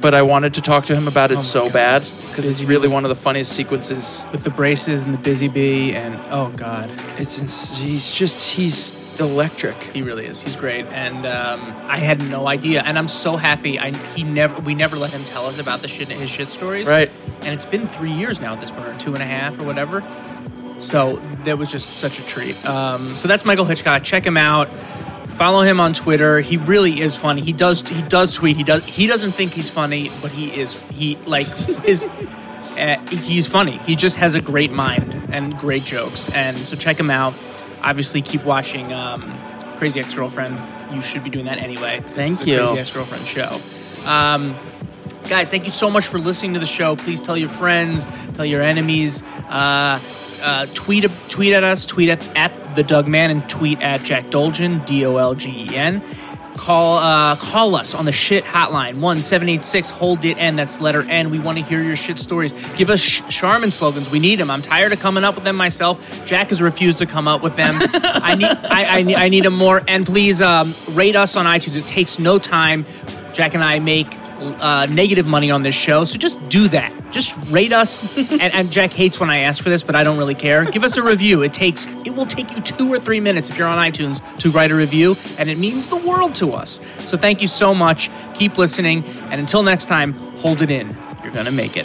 Speaker 5: but I wanted to talk to him about it
Speaker 4: my
Speaker 5: so
Speaker 4: God.
Speaker 5: bad because it's
Speaker 4: Busy
Speaker 5: really
Speaker 4: Bee.
Speaker 5: one of the funniest sequences.
Speaker 4: with the braces and the busy bee, and oh god.
Speaker 5: It's ins- he's just he's electric.
Speaker 4: He really is. He's great, and um, I had no idea. And I'm so happy. I he never we never let him tell us about the shit his shit stories.
Speaker 5: Right.
Speaker 4: And it's been three years now at this point, or two and a half, or whatever. So that was just such a treat. Um, so that's Michael Hitchcock. Check him out. Follow him on Twitter. He really is funny. He does he does tweet. He does he doesn't think he's funny, but he is. He like is. (laughs) Uh, he's funny. He just has a great mind and great jokes. And so check him out. Obviously, keep watching um, Crazy Ex Girlfriend. You should be doing that anyway. This
Speaker 5: Thank
Speaker 4: is a
Speaker 5: you.
Speaker 4: Crazy Ex Girlfriend show. Um, Guys, thank you so much for listening to the show. Please tell your friends, tell your enemies. Uh, uh, tweet tweet at us, tweet at, at the Doug Man, and tweet at Jack Dolgen, D O L G E N. Call uh, call us on the shit hotline one seven eight six hold it n that's letter n we want to hear your shit stories give us sh- Charmin slogans we need them I'm tired of coming up with them myself Jack has refused to come up with them I need I, I need I need them more and please um, rate us on iTunes it takes no time Jack and I make uh, negative money on this show, so just do that. Just rate (laughs) us. and, and Jack hates when I ask for this, but I don't really care. Give us a review. It takes it will take you two or three minutes if you're on iTunes to write a review, and it means the world to us. So thank you so much. Keep listening, and until next time, hold it in. You're gonna make it.